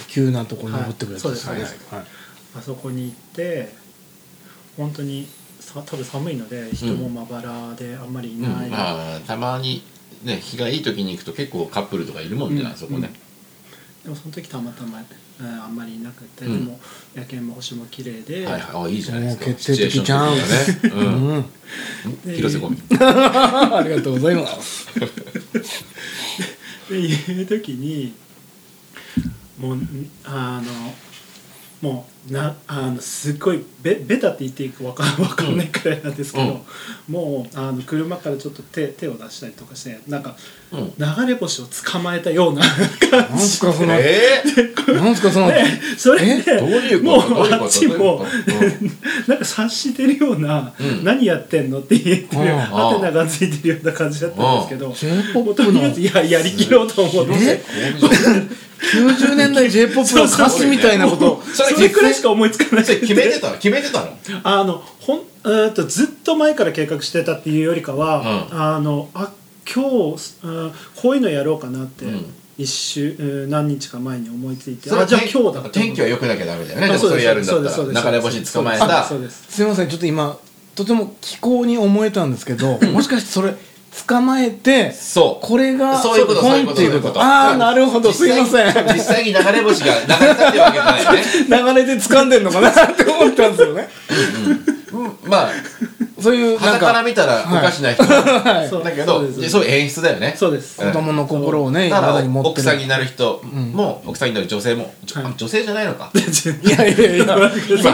[SPEAKER 2] 急なとこに登ってくれた
[SPEAKER 3] はいそうです
[SPEAKER 2] ねはい
[SPEAKER 3] あそこに行って本当にさ多分寒いので人もまばらであんまりい
[SPEAKER 1] うん
[SPEAKER 3] ない、
[SPEAKER 1] まあたまにね日がいい時に行くと結構カップルとかいるもんね、
[SPEAKER 3] うん
[SPEAKER 1] あそこね、
[SPEAKER 3] でもその時たまたま、うん、あんまりいなくて、
[SPEAKER 1] うん
[SPEAKER 3] でも夜景も星も綺麗で、
[SPEAKER 1] はいはいあいいじゃないですか
[SPEAKER 2] もう決定的じゃん
[SPEAKER 1] シチュエーション的にはね、
[SPEAKER 2] うん、
[SPEAKER 1] うん、広瀬ゴミ
[SPEAKER 2] ありがとうござい ます
[SPEAKER 3] でいう時にもうんあのもうなあのすっごいベベタって言っていいかわかわかんないくらいなんですけど、もうあの車からちょっと手手を出したりとかしてなんか
[SPEAKER 1] うん
[SPEAKER 3] 流れ星を捕まえたような 感
[SPEAKER 2] なんすかそのなん
[SPEAKER 1] えー、
[SPEAKER 2] すかその
[SPEAKER 3] それで
[SPEAKER 1] どういう
[SPEAKER 3] も
[SPEAKER 1] ことどう
[SPEAKER 3] う
[SPEAKER 1] いう
[SPEAKER 3] あ
[SPEAKER 1] こ
[SPEAKER 3] っ
[SPEAKER 1] と
[SPEAKER 3] ちも
[SPEAKER 1] どういうこ
[SPEAKER 3] なんか察してるような、
[SPEAKER 1] うん
[SPEAKER 3] 何やってんのって言ってる
[SPEAKER 2] うん
[SPEAKER 3] ハテナがついてるような感じだったんですけど、
[SPEAKER 2] J-POP
[SPEAKER 3] もうとりあえずややりきろうと思って。
[SPEAKER 2] え90年代 J−POP の歌詞みたいなこと
[SPEAKER 3] それくらいしか思いつかない
[SPEAKER 1] それ決めてたの決めてたの
[SPEAKER 3] あのほんえーとずっと前から計画してたっていうよりかは、
[SPEAKER 1] う
[SPEAKER 3] あのあ今日、うんこういうのやろうかなって、
[SPEAKER 1] うん
[SPEAKER 3] 一週、うん何日か前に思いついて
[SPEAKER 1] それ
[SPEAKER 3] あ
[SPEAKER 1] は
[SPEAKER 3] じゃあ
[SPEAKER 1] 天
[SPEAKER 3] 今日だって
[SPEAKER 1] 天気は良くなきゃダメだよねで
[SPEAKER 3] あ
[SPEAKER 1] も
[SPEAKER 3] そう
[SPEAKER 1] そ
[SPEAKER 3] です
[SPEAKER 1] れやるんだっ
[SPEAKER 3] そうで
[SPEAKER 1] た
[SPEAKER 3] す
[SPEAKER 1] ら流れ星捕まえた
[SPEAKER 3] そうです
[SPEAKER 2] すいませんちょっと今とても気候に思えたんですけ どもしかしてそれ捕まえて
[SPEAKER 1] そう
[SPEAKER 2] これが
[SPEAKER 1] そういうことそういうこ
[SPEAKER 2] ポンっ
[SPEAKER 1] とそう
[SPEAKER 2] て
[SPEAKER 1] い
[SPEAKER 2] い
[SPEAKER 1] ううこ
[SPEAKER 2] こ
[SPEAKER 1] と
[SPEAKER 2] とああなるほどすいません
[SPEAKER 1] 実際に流れ星が流れたってわけじゃないよね
[SPEAKER 2] 流れで掴んでんのかな って思ったんですよね
[SPEAKER 1] うんまあ
[SPEAKER 2] そういうな
[SPEAKER 1] 肌
[SPEAKER 2] ん
[SPEAKER 1] から
[SPEAKER 2] か
[SPEAKER 1] 見たらおかしな人だ
[SPEAKER 2] はい
[SPEAKER 3] そう
[SPEAKER 1] けど
[SPEAKER 3] そう
[SPEAKER 1] で
[SPEAKER 3] です
[SPEAKER 1] そういう演出だよね
[SPEAKER 3] そうです
[SPEAKER 1] うん
[SPEAKER 2] 子供の心をね
[SPEAKER 1] だから
[SPEAKER 2] 体に持って
[SPEAKER 1] 奥
[SPEAKER 2] る
[SPEAKER 1] さんになる人も、奥さんになる女性も、じょ
[SPEAKER 3] はい
[SPEAKER 1] 女性じゃないのか
[SPEAKER 2] いやいやいやそ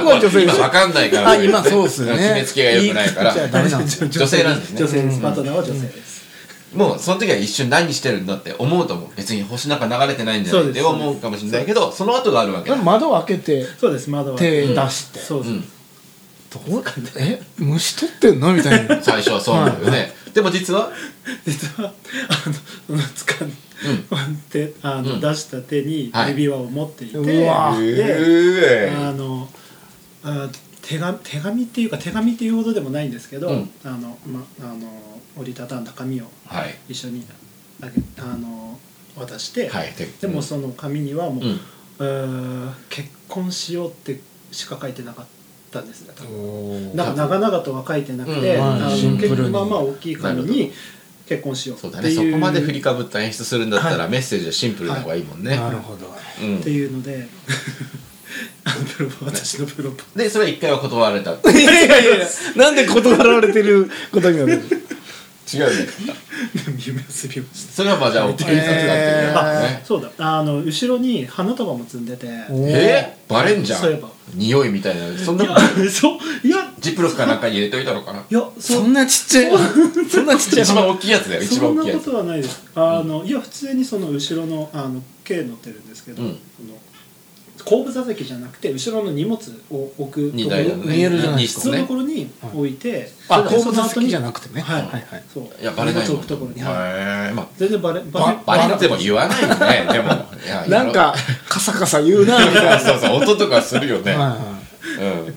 [SPEAKER 2] こは女性で
[SPEAKER 1] 今
[SPEAKER 2] しょ
[SPEAKER 1] わかんないから
[SPEAKER 2] あ今そうっすね
[SPEAKER 1] 決めつけが良くないから
[SPEAKER 2] 言い切っちゃダメなんです
[SPEAKER 1] 女性なんですね
[SPEAKER 3] 女性ですパートナーは女性です、
[SPEAKER 1] もうその時は一瞬何してるんだって思うと思う別に星なんか流れてないんじゃない
[SPEAKER 3] そう
[SPEAKER 1] って
[SPEAKER 3] です
[SPEAKER 1] 思うかもしれないけどその後があるわけ
[SPEAKER 2] で
[SPEAKER 1] だ
[SPEAKER 2] も窓を開けて
[SPEAKER 3] そうです窓は
[SPEAKER 2] 手出して
[SPEAKER 3] そうです、
[SPEAKER 1] うん
[SPEAKER 2] どうえ虫取ってんのみたい な
[SPEAKER 1] 最初はそうなのよねでも実は
[SPEAKER 3] 実はあのつかんであの、
[SPEAKER 1] うん
[SPEAKER 3] 出した手に
[SPEAKER 1] はい
[SPEAKER 3] 指輪を持っていて、
[SPEAKER 2] うわあ
[SPEAKER 3] で、
[SPEAKER 1] え
[SPEAKER 3] あのあ手紙手紙っていうか手紙っていうほどでもないんですけど、
[SPEAKER 1] うん
[SPEAKER 3] あのまあの折りたたんだ紙を
[SPEAKER 1] はい
[SPEAKER 3] 一緒にあげあの渡して、
[SPEAKER 1] はいで
[SPEAKER 3] で
[SPEAKER 1] う
[SPEAKER 3] も
[SPEAKER 1] ん
[SPEAKER 3] その紙にはもう、
[SPEAKER 1] うん
[SPEAKER 3] うーん結婚しようってしか書いてなかったんですね多分なんか長々とは書いてなくて、
[SPEAKER 1] うん
[SPEAKER 3] あの
[SPEAKER 2] シンプルに
[SPEAKER 3] 結構まあまあ大きい紙
[SPEAKER 1] なる
[SPEAKER 3] に結婚しよう
[SPEAKER 1] そ
[SPEAKER 3] っていうう
[SPEAKER 1] だねそこまで振り
[SPEAKER 3] っ
[SPEAKER 1] かぶった演出するんだったら、
[SPEAKER 3] はい
[SPEAKER 1] メッセージはシンプルな方がいいもんね、
[SPEAKER 2] なるほど
[SPEAKER 1] うん
[SPEAKER 3] ていうのでプロポ私のプロポ
[SPEAKER 1] でそれは一回は断られた違う
[SPEAKER 2] いやいやいやなんで断られてることにな る
[SPEAKER 1] ね
[SPEAKER 3] 夢を結びました
[SPEAKER 1] それはまあじゃあお気に入りだって
[SPEAKER 2] えー
[SPEAKER 1] ね
[SPEAKER 3] そうだあの後ろに花束も積んでてい
[SPEAKER 1] えー、バレんじゃ
[SPEAKER 3] そういえ
[SPEAKER 1] ん
[SPEAKER 3] ば
[SPEAKER 1] 匂いみたいなそんな
[SPEAKER 3] や嘘いや
[SPEAKER 1] ジップロスかなんかに入れといたのか ない
[SPEAKER 3] や
[SPEAKER 2] そ
[SPEAKER 3] そ
[SPEAKER 2] んなちっちゃいそんなちっちゃい
[SPEAKER 1] 一番大きいやつだよ一
[SPEAKER 3] そ
[SPEAKER 1] 番
[SPEAKER 3] ん
[SPEAKER 1] 大きい
[SPEAKER 3] な
[SPEAKER 1] や
[SPEAKER 3] こ
[SPEAKER 1] つ
[SPEAKER 3] とはないですあのいや普通にその後ろのあの K 乗ってるんですけど、
[SPEAKER 1] うん
[SPEAKER 3] あの後部座席じゃなくて後ろの荷物を置く
[SPEAKER 1] 二台だね
[SPEAKER 2] 見えるじゃな
[SPEAKER 1] 二
[SPEAKER 2] いで
[SPEAKER 1] 室
[SPEAKER 3] そのと
[SPEAKER 1] ね
[SPEAKER 3] ころに置いて、
[SPEAKER 2] あ
[SPEAKER 3] それで
[SPEAKER 2] 後部座席じゃなくてね
[SPEAKER 3] はい
[SPEAKER 2] はいはい
[SPEAKER 3] そう
[SPEAKER 1] いやバレない
[SPEAKER 3] 荷
[SPEAKER 1] もん
[SPEAKER 3] 物置くところに、
[SPEAKER 1] へ
[SPEAKER 3] はい
[SPEAKER 1] ーまあ
[SPEAKER 3] 全然バレバレ
[SPEAKER 1] バレっても言わないよねでもいや
[SPEAKER 2] なんかカサカサ言うなみたいな
[SPEAKER 1] そうそう音とかするよね、
[SPEAKER 2] はい は
[SPEAKER 1] うん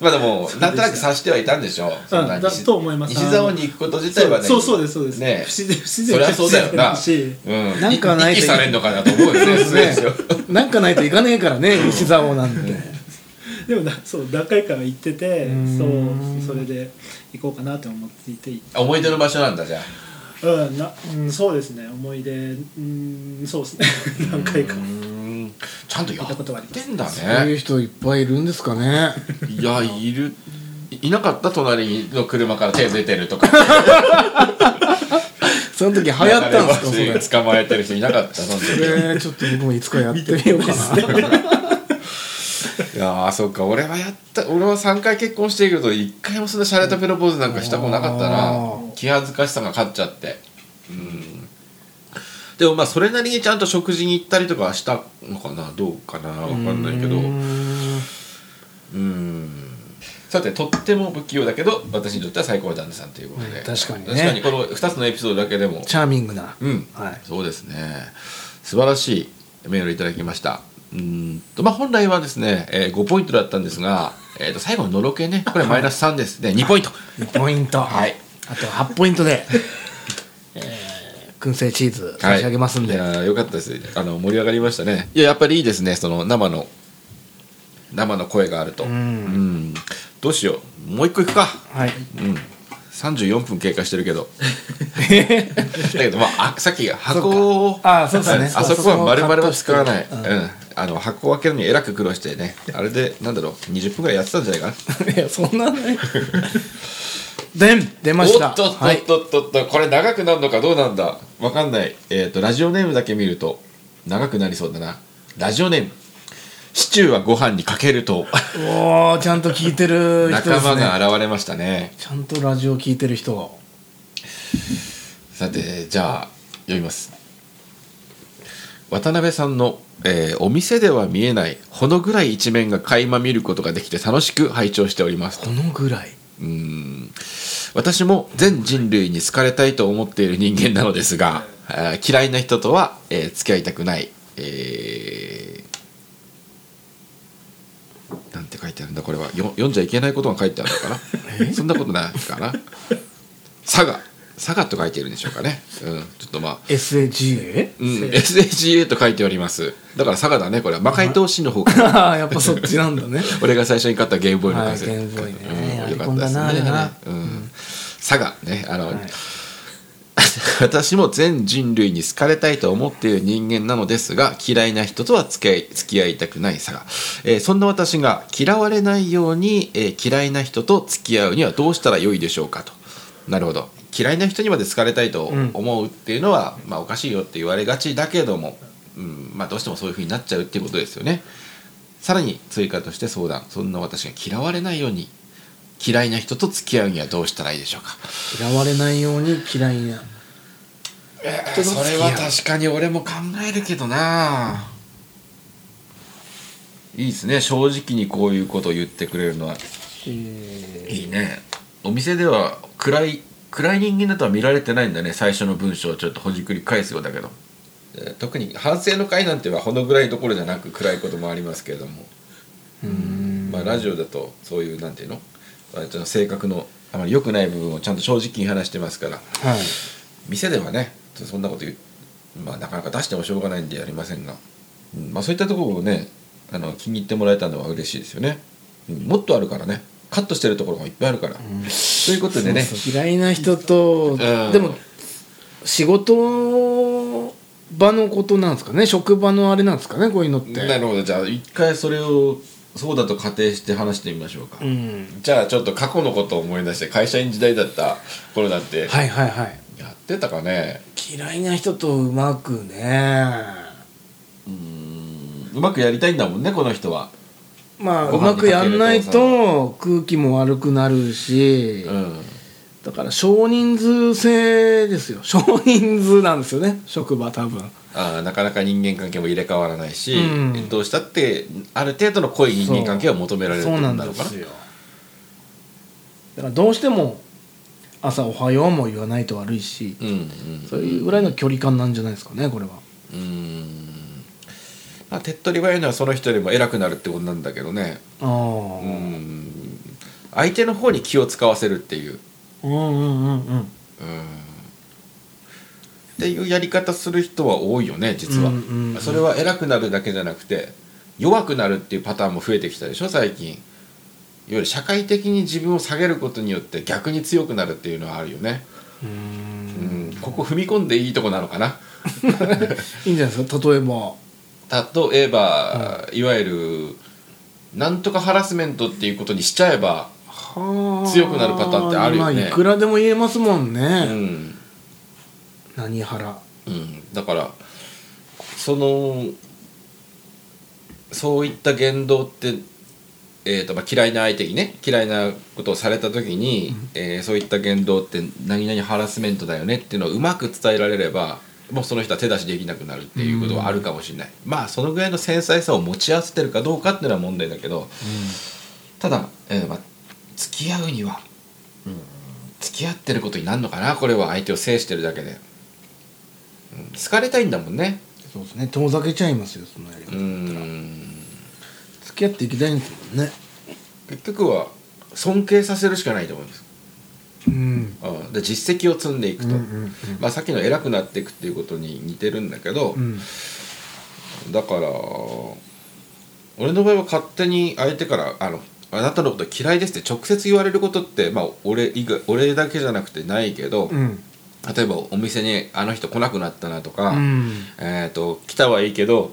[SPEAKER 1] まあでもなんとなく察してはいたんでしょうそんな
[SPEAKER 3] だ
[SPEAKER 1] 西
[SPEAKER 3] と思います
[SPEAKER 1] 西沢に行くこと自体はね
[SPEAKER 3] そうそうそうですそうです、
[SPEAKER 1] ね
[SPEAKER 3] 不自然不自然
[SPEAKER 1] そりゃそうだよな
[SPEAKER 3] 不自然し
[SPEAKER 1] うん
[SPEAKER 2] なんかないと
[SPEAKER 1] 息されんのかなと思うよね
[SPEAKER 2] いね なんかないといかねえからね西沢なんて
[SPEAKER 3] でもなそう何回か行ってて
[SPEAKER 2] うー
[SPEAKER 3] そ
[SPEAKER 2] ん
[SPEAKER 3] うそれで行こうかなと思っていて
[SPEAKER 1] 思い出の場所なんだじゃあ
[SPEAKER 3] うんなうんそうですね思い出うんそうですね 何回か
[SPEAKER 1] うーんちゃんとや
[SPEAKER 3] 行ったことはあ
[SPEAKER 1] っ
[SPEAKER 3] りま
[SPEAKER 1] て
[SPEAKER 3] す
[SPEAKER 1] んだ
[SPEAKER 2] そういう
[SPEAKER 1] ね
[SPEAKER 2] 人いっぱいいるんですか ね
[SPEAKER 1] いやいるいいなかった隣の車から手出てると か
[SPEAKER 2] その時流行ったんですかそれ
[SPEAKER 1] 捕まえてる人いなかったその時
[SPEAKER 2] えー、ちょっと僕もいつかやってみようかな。
[SPEAKER 1] いやーそっか俺はやった俺は3回結婚しているけど1回もそんな洒落たプロポーズなんかしたことなかった
[SPEAKER 2] あ
[SPEAKER 1] な
[SPEAKER 2] ー
[SPEAKER 1] 気恥ずかしさが勝っちゃってうんでもまあそれなりにちゃんと食事に行ったりとかはしたのかなどうかなわかんないけど
[SPEAKER 2] うー
[SPEAKER 1] うんさてとっても不器用だけど私にとっては最高の旦那さんということで、
[SPEAKER 2] うん確かにね
[SPEAKER 1] 確かにこの2つのエピソードだけでも
[SPEAKER 2] チャーミングな。
[SPEAKER 1] うん、
[SPEAKER 2] はい
[SPEAKER 1] そうですね素晴らしいメールをいただきましたうーんとまあ本来はですね、えー5ポイントだったんですが、えー、と最後ののろけねこれマイナス3ですね2ポイント
[SPEAKER 2] ポイント。
[SPEAKER 1] はい。
[SPEAKER 2] あと8ポイン トで、えー、燻製チーズ 差し上げますんで。
[SPEAKER 1] はいいやーよかったですあの盛り上がりましたねいややっぱりいいですねその生の生の声があると
[SPEAKER 2] う。
[SPEAKER 1] うんんどうしようもう一個いくか
[SPEAKER 2] はい。
[SPEAKER 1] うん34分経過してるけどだけどまああさっきが箱を
[SPEAKER 2] ああ、そうですね。
[SPEAKER 1] あそこは丸々は使わない、
[SPEAKER 2] う
[SPEAKER 1] うんんあの箱を開けるのにえらく苦労してねあれでなんだろう20分ぐらいやってたんじゃないかな
[SPEAKER 2] いや、そん なね。でん出ました。
[SPEAKER 1] おっとっと
[SPEAKER 2] は
[SPEAKER 1] っ
[SPEAKER 2] い。
[SPEAKER 1] とっとっと、これ長くなるのかどうなんだわかんないえっ、とラジオネームだけ見ると長くなりそうだなラジオネームシチューはご飯にかける と
[SPEAKER 2] おー、ちゃんと聞いてる人で
[SPEAKER 1] 仲
[SPEAKER 2] す
[SPEAKER 1] 間
[SPEAKER 2] ね。
[SPEAKER 1] が現れましたね
[SPEAKER 2] ちゃんとラジオ聞いてる人が。
[SPEAKER 1] さてじゃあ読みます渡辺さんの、えーお店では見えないほの暗い一面が垣間見ることができて楽しく拝聴しておりますと
[SPEAKER 2] このぐらい。
[SPEAKER 1] うーん私も全人類に好かれたいと思っている人間なのですが、あー嫌いな人とは、えー付き合いたくない、えーなんて書いてあるんだこれはよ読んじゃいけないことが書いてあるのかなそんなことないかな佐賀佐賀と書いているんでしょうかね、うん、ちょっとまあ
[SPEAKER 2] SAGA?
[SPEAKER 1] うん、SHA と書いておりますだから佐賀だねこれは魔界投資の方から
[SPEAKER 2] ああ、 やっぱそっちなんだね。
[SPEAKER 1] 俺が最初に買ったゲームボーイの
[SPEAKER 2] はい
[SPEAKER 1] カセット、
[SPEAKER 2] ゲームボーイね
[SPEAKER 1] うんよかったですね
[SPEAKER 2] アイコンだなあれな
[SPEAKER 1] うん、佐賀ねあの、
[SPEAKER 2] はい
[SPEAKER 1] 私も全人類に好かれたいと思っている人間なのですが嫌いな人とは付き合い付き合いたくない佐賀、えーそんな私が嫌われないように、えー嫌いな人と付き合うにはどうしたらよいでしょうかとなるほど嫌いな人にまで好かれたいと
[SPEAKER 2] ん
[SPEAKER 1] 思うっていうのは、まあ、おかしいよって言われがちだけども、うんまあ、どうしてもそういうふうになっちゃうっていうことですよね。さらに追加として相談そんな私が嫌われないように嫌いな人と付き合うにはどうしたらいいでしょうか
[SPEAKER 2] 嫌われないように嫌いな。と付き合う
[SPEAKER 1] それは確かに俺も考えるけどないいですね正直にこういうことを言ってくれるのは
[SPEAKER 2] えー
[SPEAKER 1] いいねお店では暗い暗い人間だとは見られてないんだね最初の文章をちょっとほじくり返すようだけどえー特に反省の会なんてはほのぐらいどころじゃなく暗いこともありますけれども
[SPEAKER 2] うん
[SPEAKER 1] まあ、ラジオだとそういうなんていうの割と性格のあまり良くない部分をちゃんと正直に話してますから
[SPEAKER 2] はい。
[SPEAKER 1] 店ではねちょっとそんなこと言う、まあ、なかなか出してもしょうがないんでやりませんが、うんまあ、そういったところをねあの気に入ってもらえたのは嬉しいですよね、うんもっとあるからねカットしてるところもいっぱいあるから、ということでね
[SPEAKER 2] そうそう嫌いな人と、
[SPEAKER 1] ん
[SPEAKER 2] でも仕事場のことなんですかね職場のあれなんですかねこういうのって
[SPEAKER 1] なるほどじゃあ一回それをそうだと仮定して話してみましょうか、
[SPEAKER 2] うん
[SPEAKER 1] じゃあちょっと過去のことを思い出して会社員時代だった頃だって
[SPEAKER 2] はいはいはい
[SPEAKER 1] やってたかね
[SPEAKER 2] 嫌いな人とうまくね
[SPEAKER 1] うまくやりたいんだもんねこの人は
[SPEAKER 2] まあ
[SPEAKER 1] ご
[SPEAKER 2] う
[SPEAKER 1] 飯に
[SPEAKER 2] ま
[SPEAKER 1] かけると
[SPEAKER 2] くやんないと空気も悪くなるし、
[SPEAKER 1] うん
[SPEAKER 2] だから少人数制ですよ 少人数なんですよね職場多分
[SPEAKER 1] あーなかなか人間関係も入れ替わらないし、
[SPEAKER 2] うん
[SPEAKER 1] どうしたってある程度の濃い人間関係は求められるって
[SPEAKER 2] そ
[SPEAKER 1] こ
[SPEAKER 2] う
[SPEAKER 1] と
[SPEAKER 2] なん
[SPEAKER 1] だろ
[SPEAKER 2] で
[SPEAKER 1] うから
[SPEAKER 2] すよだからどうしても朝「おはよう」も言わないと悪いし、
[SPEAKER 1] うんうん
[SPEAKER 2] そういうぐらいの距離感なんじゃないですかねこれは
[SPEAKER 1] うーんまあ手っ取り早いのはその人よりも偉くなるってことなんだけどね
[SPEAKER 2] ああ
[SPEAKER 1] うーん相手の方に気を使わせるっていう
[SPEAKER 2] うんうんうんう
[SPEAKER 1] う
[SPEAKER 2] ん
[SPEAKER 1] ーんっていうやり方する人は多いよね実は、
[SPEAKER 2] うんうんうん
[SPEAKER 1] それは偉くなるだけじゃなくて弱くなるっていうパターンも増えてきたでしょ最近いわゆる社会的に自分を下げることによって逆に強くなるっていうのはあるよね
[SPEAKER 2] うーん
[SPEAKER 1] うんここ踏み込んでいいとこなのかない
[SPEAKER 2] いんじゃないですか例えば
[SPEAKER 1] 例えば、いわゆるなんとかハラスメントっていうことにしちゃえば、強くなるパターンってあるよね
[SPEAKER 2] まあいくらでも言えますもんね、
[SPEAKER 1] うん
[SPEAKER 2] 何腹
[SPEAKER 1] うん、だからそのそういった言動って、えーとまあ、嫌いな相手にね嫌いなことをされた時に、えーそういった言動って何々ハラスメントだよねっていうのをうまく伝えられればもうその人は手出しできなくなるっていうことはあるかもしれない、まあそのぐらいの繊細さを持ち合わせてるかどうかっていうのは問題だけど、ただ、えーまあ、付き合うには、うん付き合ってることになるのかなこれは相手を制してるだけで。好かれたいんだもんね
[SPEAKER 2] そうですね遠ざけちゃいますよそのやり方、
[SPEAKER 1] ん
[SPEAKER 2] 付き合っていきたいんですもんね
[SPEAKER 1] 結局は尊敬させるしかないと思うんです、
[SPEAKER 2] うん
[SPEAKER 1] うん、で実績を積んでいくと、
[SPEAKER 2] うんうんうん
[SPEAKER 1] まあ、さっきの偉くなっていくっていうことに似てるんだけど、
[SPEAKER 2] うん
[SPEAKER 1] だから俺の場合は勝手に相手から「あのあなたのこと嫌いです」って直接言われることって、まあ、俺以外俺だけじゃなくてないけど、
[SPEAKER 2] うん
[SPEAKER 1] 例えばお店にあの人来なくなったなとか、
[SPEAKER 2] うん
[SPEAKER 1] えー、と来たはいいけど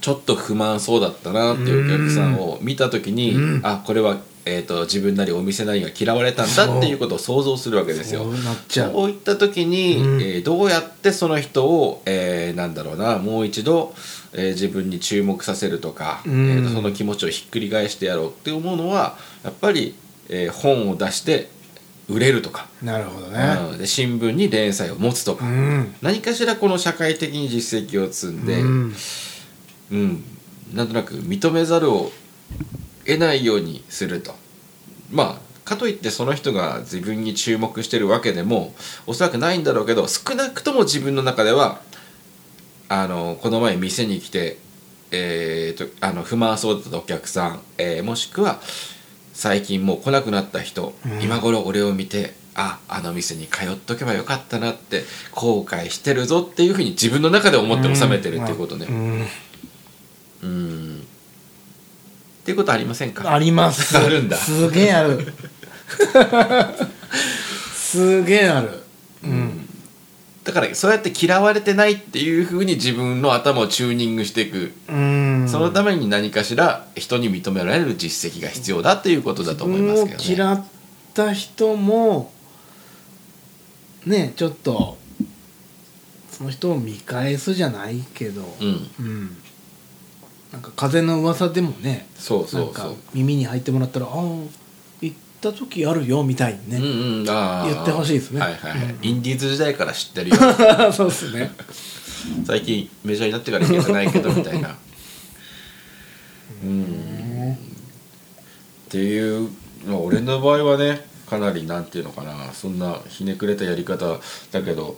[SPEAKER 1] ちょっと不満そうだったなっていうお客さんを見た時に、
[SPEAKER 2] うん
[SPEAKER 1] あこれは、えー、と自分なりお店なりが嫌われたんだっていうことを想像するわけです
[SPEAKER 2] そ
[SPEAKER 1] よ。
[SPEAKER 2] うなっちゃう
[SPEAKER 1] こういった時に、
[SPEAKER 2] うん
[SPEAKER 1] えーどうやってその人を、えーなんだろうなもう一度、えー自分に注目させるとか、
[SPEAKER 2] うん
[SPEAKER 1] えーとその気持ちをひっくり返してやろうって思うのはやっぱり、えー本を出して売れるとか、
[SPEAKER 2] なるほどね
[SPEAKER 1] うんで新聞に連載を持つとか
[SPEAKER 2] う、ん
[SPEAKER 1] 何かしらこの社会的に実績を積んで、う
[SPEAKER 2] うんん
[SPEAKER 1] なんとなく認めざるを得ないようにするとまあかといってその人が自分に注目してるわけでもおそらくないんだろうけど少なくとも自分の中ではあのこの前店に来て、えーとあの不満そうだったお客さん、えーもしくは最近もう来なくなった人、
[SPEAKER 2] ん
[SPEAKER 1] 今頃俺を見てああの店に通っとけばよかったなって後悔してるぞっていうふうに自分の中で思って収めてるっていうことね。
[SPEAKER 2] うん
[SPEAKER 1] うんっていうことありませんか
[SPEAKER 2] あります
[SPEAKER 1] あるんだ
[SPEAKER 2] すげえあ るすげえあるうん
[SPEAKER 1] だからそうやって嫌われてないっていうふうに自分の頭をチューニングしていく、
[SPEAKER 2] うん
[SPEAKER 1] そのために何かしら人に認められる実績が必要だっていうことだと思いますけどね。
[SPEAKER 2] 自分を嫌った人もねちょっとその人を見返すじゃないけど、
[SPEAKER 1] うん、
[SPEAKER 2] うんなんか風の噂でもね
[SPEAKER 1] そうそう
[SPEAKER 2] な
[SPEAKER 1] そ
[SPEAKER 2] ん
[SPEAKER 1] う
[SPEAKER 2] か。耳に入ってもらったら「ああ行った時あるよ」みたいにね、
[SPEAKER 1] うんうん、あー
[SPEAKER 2] 言ってほしいですね
[SPEAKER 1] はいはいはい、
[SPEAKER 2] うん
[SPEAKER 1] インディーズ時代から知ってるよ
[SPEAKER 2] そうっすね
[SPEAKER 1] 最近メジャーになってから行けてないけどみたい なうんっていう、まあ、俺の場合はねかなりなんていうのかなそんなひねくれたやり方だけど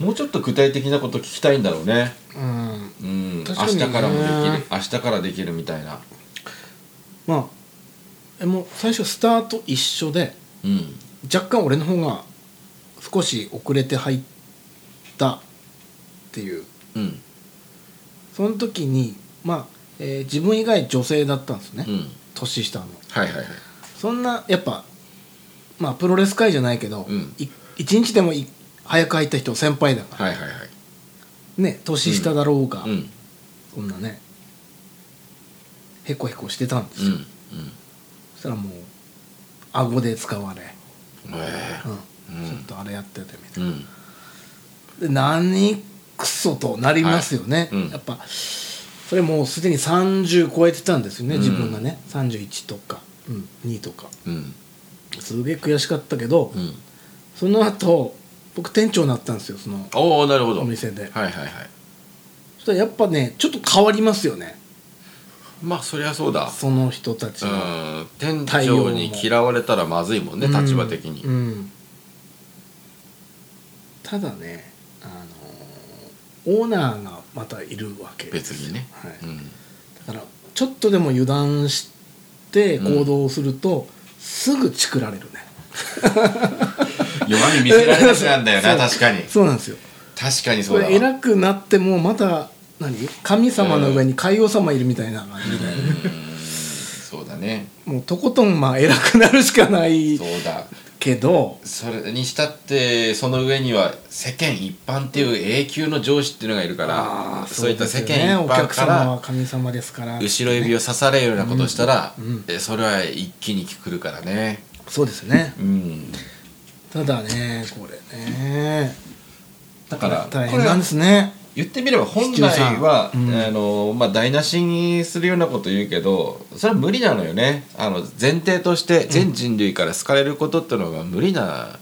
[SPEAKER 1] もうちょっと具体的なこと聞きたいんだろうね
[SPEAKER 2] うん
[SPEAKER 1] うん明
[SPEAKER 2] 確かに
[SPEAKER 1] 日
[SPEAKER 2] ね
[SPEAKER 1] からもできる明日からできるみたいな
[SPEAKER 2] まあえもう最初スタート一緒で
[SPEAKER 1] うん
[SPEAKER 2] 若干俺の方が少し遅れて入ったっていう
[SPEAKER 1] うん
[SPEAKER 2] その時にまあ、えー自分以外女性だったんですね、
[SPEAKER 1] うん
[SPEAKER 2] 年下の
[SPEAKER 1] はいはいはい
[SPEAKER 2] そんなやっぱまあプロレス界じゃないけど、
[SPEAKER 1] うん
[SPEAKER 2] い一日でもい早く入った人先輩だか
[SPEAKER 1] は
[SPEAKER 2] ら、
[SPEAKER 1] いはいはい
[SPEAKER 2] ね年下だろうが、
[SPEAKER 1] うん
[SPEAKER 2] そんなねへこへこしてたんで
[SPEAKER 1] う
[SPEAKER 2] すよ、
[SPEAKER 1] ん
[SPEAKER 2] そしたらもう顎で使われ、
[SPEAKER 1] うんえ
[SPEAKER 2] うん
[SPEAKER 1] うん
[SPEAKER 2] ちょっとあれやっててみたいな
[SPEAKER 1] えうん
[SPEAKER 2] で何クソとなりますよね、
[SPEAKER 1] はいうん
[SPEAKER 2] やっぱそれもうすでに30超えてたんですよね、自分がね31とか、うん、2とか
[SPEAKER 1] うん
[SPEAKER 2] すげえ悔しかったけど、
[SPEAKER 1] うん
[SPEAKER 2] その後僕店長になったんですよその
[SPEAKER 1] おおなるほど
[SPEAKER 2] お
[SPEAKER 1] はい
[SPEAKER 2] 店で
[SPEAKER 1] はいはい
[SPEAKER 2] そしたらやっぱねちょっと変わりますよね
[SPEAKER 1] まあそりゃそうだ
[SPEAKER 2] その人たち
[SPEAKER 1] う
[SPEAKER 2] の
[SPEAKER 1] ん店長に嫌われたらまずいもんね
[SPEAKER 2] うん
[SPEAKER 1] 立場的に
[SPEAKER 2] うんただねあのーオーナーがまたいるわけです
[SPEAKER 1] 別にね
[SPEAKER 2] はい、
[SPEAKER 1] うん
[SPEAKER 2] だからちょっとでも油断して行動すると、すぐチクられるね
[SPEAKER 1] 弱み見せられなくなんだよ
[SPEAKER 2] そ
[SPEAKER 1] な
[SPEAKER 2] う
[SPEAKER 1] 確かに
[SPEAKER 2] そうなんですよ
[SPEAKER 1] 確かにそ
[SPEAKER 2] こ
[SPEAKER 1] うだわ
[SPEAKER 2] れ偉くなってもまた何神様の上に海王様いるみたいな感じで、
[SPEAKER 1] うんそうだね
[SPEAKER 2] もうとことんまあ偉くなるしかない
[SPEAKER 1] そうだ
[SPEAKER 2] けど
[SPEAKER 1] それにしたってその上には世間一般っていう永久の上司っていうのがいるから
[SPEAKER 2] ー
[SPEAKER 1] そういった世
[SPEAKER 2] ですよ
[SPEAKER 1] 間
[SPEAKER 2] ね
[SPEAKER 1] 一
[SPEAKER 2] お
[SPEAKER 1] 般
[SPEAKER 2] 客
[SPEAKER 1] か
[SPEAKER 2] 様は
[SPEAKER 1] ら
[SPEAKER 2] 神様ですから
[SPEAKER 1] 後ろ指を刺されるようなことしたら、
[SPEAKER 2] うんうん
[SPEAKER 1] えそれは一気にくるからね
[SPEAKER 2] そうですね
[SPEAKER 1] うん
[SPEAKER 2] ただねこれね
[SPEAKER 1] だから
[SPEAKER 2] 大
[SPEAKER 1] こ
[SPEAKER 2] 変
[SPEAKER 1] れ
[SPEAKER 2] なんですね
[SPEAKER 1] 言ってみれば本来は、
[SPEAKER 2] シチューさんうん
[SPEAKER 1] あのまあ、台無しにするようなこと言うけどそれは無理なのよねあの前提として全人類から好かれることってのが無理な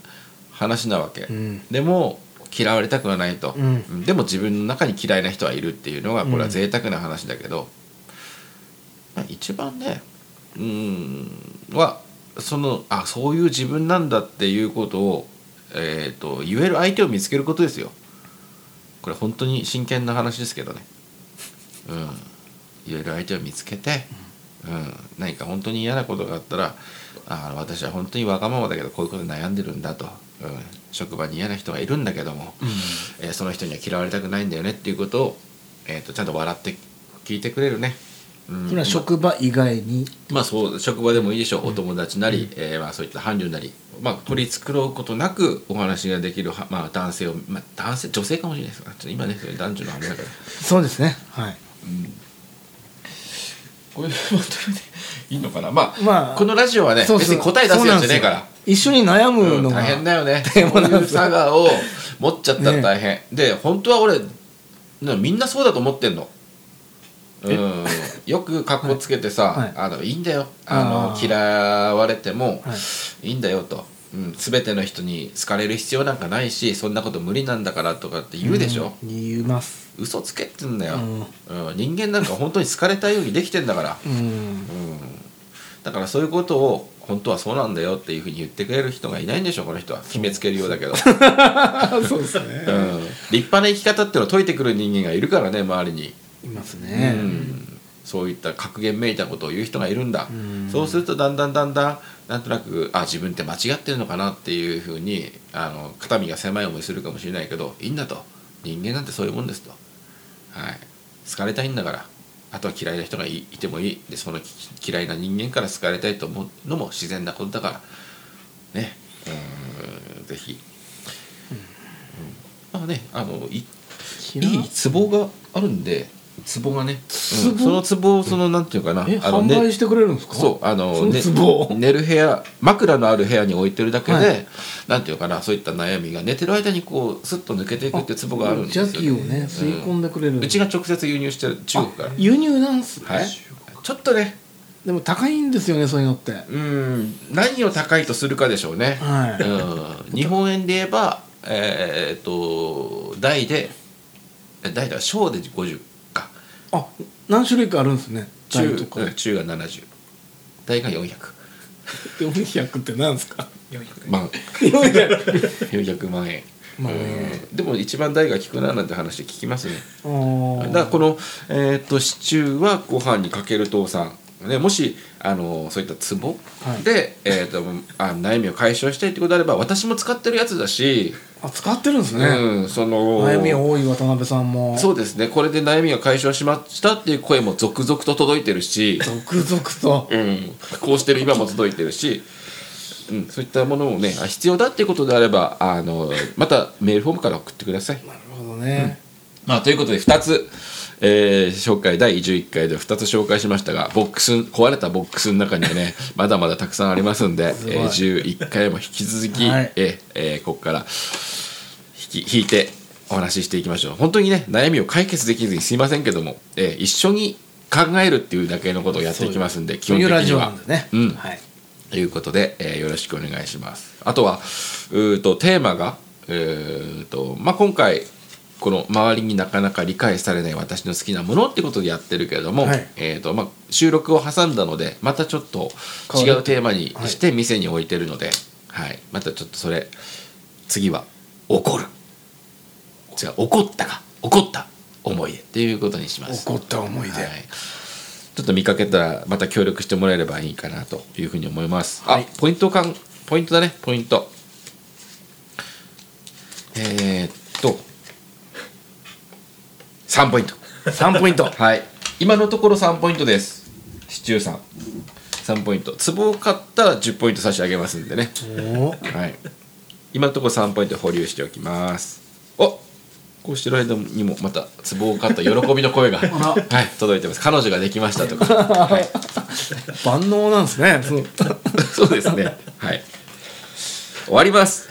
[SPEAKER 1] 話なわけ、
[SPEAKER 2] うん
[SPEAKER 1] でも嫌われたくはないと、
[SPEAKER 2] うん
[SPEAKER 1] でも自分の中に嫌いな人はいるっていうのがこれは贅沢な話だけど、まあ一番ねうーんはそのあそういう自分なんだっていうことを、えー、と言える相手を見つけることですよ。これ本当に真剣な話ですけどね。うん、言える相手を見つけて、うん、何か本当に嫌なことがあったらあ私は本当にわがままだけどこういうことで悩んでるんだと、うん、職場に嫌な人がいるんだけども、えーその人には嫌われたくないんだよねっていうことを、えー、とちゃんと笑って聞いてくれるね。うん
[SPEAKER 2] それは職場以外に
[SPEAKER 1] まあそう職場でもいいでしょう、お友達なり、えーまあ、そういった伴侶なり、まあ、取り繕うことなくお話ができるは、まあ、男性を、まあ、男性女性かもしれないですがちょっと今ねそれ男女の話だから
[SPEAKER 2] そうですねはい
[SPEAKER 1] これ 本当にねいいのかなまあ、
[SPEAKER 2] まあ
[SPEAKER 1] このラジオはね
[SPEAKER 2] そうそう
[SPEAKER 1] 別に答え出すやつじゃねえから。
[SPEAKER 2] 一緒に悩む
[SPEAKER 1] うん
[SPEAKER 2] のが、
[SPEAKER 1] 大変だよ ね
[SPEAKER 2] テー
[SPEAKER 1] こ
[SPEAKER 2] マ
[SPEAKER 1] うい
[SPEAKER 2] なんで
[SPEAKER 1] う
[SPEAKER 2] す
[SPEAKER 1] 佐賀を持っちゃったら大変、で本当は俺なみんなそうだと思ってんのうんよく格好つけてさ、
[SPEAKER 2] はいはい
[SPEAKER 1] あのいいんだよあの
[SPEAKER 2] あー
[SPEAKER 1] 嫌われても、
[SPEAKER 2] はい
[SPEAKER 1] い、いんだよと、うん、全ての人に好かれる必要なんかないしそんなこと無理なんだからとかって言うでしょ、
[SPEAKER 2] うん言います
[SPEAKER 1] 嘘つけってんだよ、
[SPEAKER 2] う
[SPEAKER 1] うん人間なんか本当に好かれたいようにできてんだから
[SPEAKER 2] うん
[SPEAKER 1] うんだからそういうことを本当はそうなんだよっていうふうに言ってくれる人がいないんでしょこの人は決めつけるようだけど、うん、
[SPEAKER 2] そうですね
[SPEAKER 1] 立派な生き方っていうのを解いてくる人間がいるからね周りに、
[SPEAKER 2] います
[SPEAKER 1] う
[SPEAKER 2] ね
[SPEAKER 1] ん、そういった格言めいたことを言う人がいるんだ、
[SPEAKER 2] ん
[SPEAKER 1] そうするとだんだんだんだんなんとなくあ自分って間違ってるのかなっていうふうにあの肩身が狭い思いするかもしれないけどいいんだと人間なんてそういうもんですと、はい、好かれたいんだからあとは嫌いな人がいいてもいいでそのき嫌いな人間から好かれたいと思うのも自然なことだからねうーんぜひ、うんまあねあのいいいツボがあるんでツボがね、
[SPEAKER 2] 壺
[SPEAKER 1] うんそのツボをそのなんていうかな
[SPEAKER 2] え
[SPEAKER 1] あの
[SPEAKER 2] 販
[SPEAKER 1] ね
[SPEAKER 2] 売してくれるんですか
[SPEAKER 1] そうあの
[SPEAKER 2] その
[SPEAKER 1] ね
[SPEAKER 2] 壺を
[SPEAKER 1] 寝る部屋枕のある部屋に置いてるだけで、
[SPEAKER 2] はい
[SPEAKER 1] なんていうかなそういった悩みが寝てる間にこうスッと抜けていくってツボがあるんですよ、
[SPEAKER 2] 邪気をね吸い込んでくれる
[SPEAKER 1] うちが直接輸入してる中国から
[SPEAKER 2] あ輸入なんすね
[SPEAKER 1] はいちょっとね
[SPEAKER 2] でも高いんですよねそういうのっては
[SPEAKER 1] うん何を高いとするかでしょうね、
[SPEAKER 2] い
[SPEAKER 1] うん、日本円で言えばえーっと台でえ台だ小で50か
[SPEAKER 2] あ何種類かあるんですね
[SPEAKER 1] 中
[SPEAKER 2] 台とか
[SPEAKER 1] うん中が70台が400
[SPEAKER 2] 400ってなんです か
[SPEAKER 1] 万
[SPEAKER 2] 400
[SPEAKER 1] 400万円
[SPEAKER 2] まあね
[SPEAKER 1] うんでも一番台が効くななんて話聞きますね
[SPEAKER 2] あー
[SPEAKER 1] だからこの、えー、とシチューはご飯にかける父さん、ね、もしあのそういったツボ
[SPEAKER 2] はい
[SPEAKER 1] で、えー、とあ悩みを解消したいってことであれば私も使ってるやつだし、
[SPEAKER 2] あ使ってるんですね
[SPEAKER 1] うん、その
[SPEAKER 2] 悩み多い渡辺さんも
[SPEAKER 1] そうですねこれで悩みが解消しましたっていう声も続々と届いてるし、
[SPEAKER 2] 続々と
[SPEAKER 1] うん、こうしてる今も届いてるし、うん、そういったものもねあ必要だっていうことであればあのまたメールフォームから送ってください。
[SPEAKER 2] なるほどね
[SPEAKER 1] まあ、ということで2つ、えー紹介第11回では2つ紹介しましたがボックス壊れたボックスの中にはね まだまだたくさんありますんで、
[SPEAKER 2] す
[SPEAKER 1] え
[SPEAKER 2] ごい
[SPEAKER 1] ー11回も引き続き、
[SPEAKER 2] はい
[SPEAKER 1] えーえーここから引き引いてお話ししていきましょう本当にね悩みを解決できずにすいませんけども、えー一緒に考えるっていうだけのことをやっていきますんで基
[SPEAKER 2] そう
[SPEAKER 1] 本
[SPEAKER 2] い
[SPEAKER 1] 的
[SPEAKER 2] うラ
[SPEAKER 1] に
[SPEAKER 2] ジオな
[SPEAKER 1] は
[SPEAKER 2] んでね、
[SPEAKER 1] うん
[SPEAKER 2] はい、
[SPEAKER 1] ということで、えーよろしくお願いします。あとはうーとテーマが、えーとまあ、今回この周りになかなか理解されない私の好きなものってことでやってるけれども、
[SPEAKER 2] はい
[SPEAKER 1] えーとまあ、収録を挟んだのでまたちょっと違うテーマにして店に置いてるので、はいまたちょっとそれ次は「怒る」じゃあ怒ったか怒った思い出っていうことにします。
[SPEAKER 2] 怒った思い出、
[SPEAKER 1] はい、ちょっと見かけたらまた協力してもらえればいいかなというふうに思います、
[SPEAKER 2] はい
[SPEAKER 1] あポイント感ポイントだねポイントえー、っと3ポイン ト
[SPEAKER 2] 3ポイント
[SPEAKER 1] はい今のところ3ポイントですシチューさん3ポイント壺を買ったら10ポイント差し上げますんでね
[SPEAKER 2] おー
[SPEAKER 1] はい今のところ3ポイント保留しておきますおこうしてる間にもまた壺を買った喜びの声が、はい、届いてます彼女ができましたとか
[SPEAKER 2] 万能なんですねそう
[SPEAKER 1] そうですね。はい。終わります。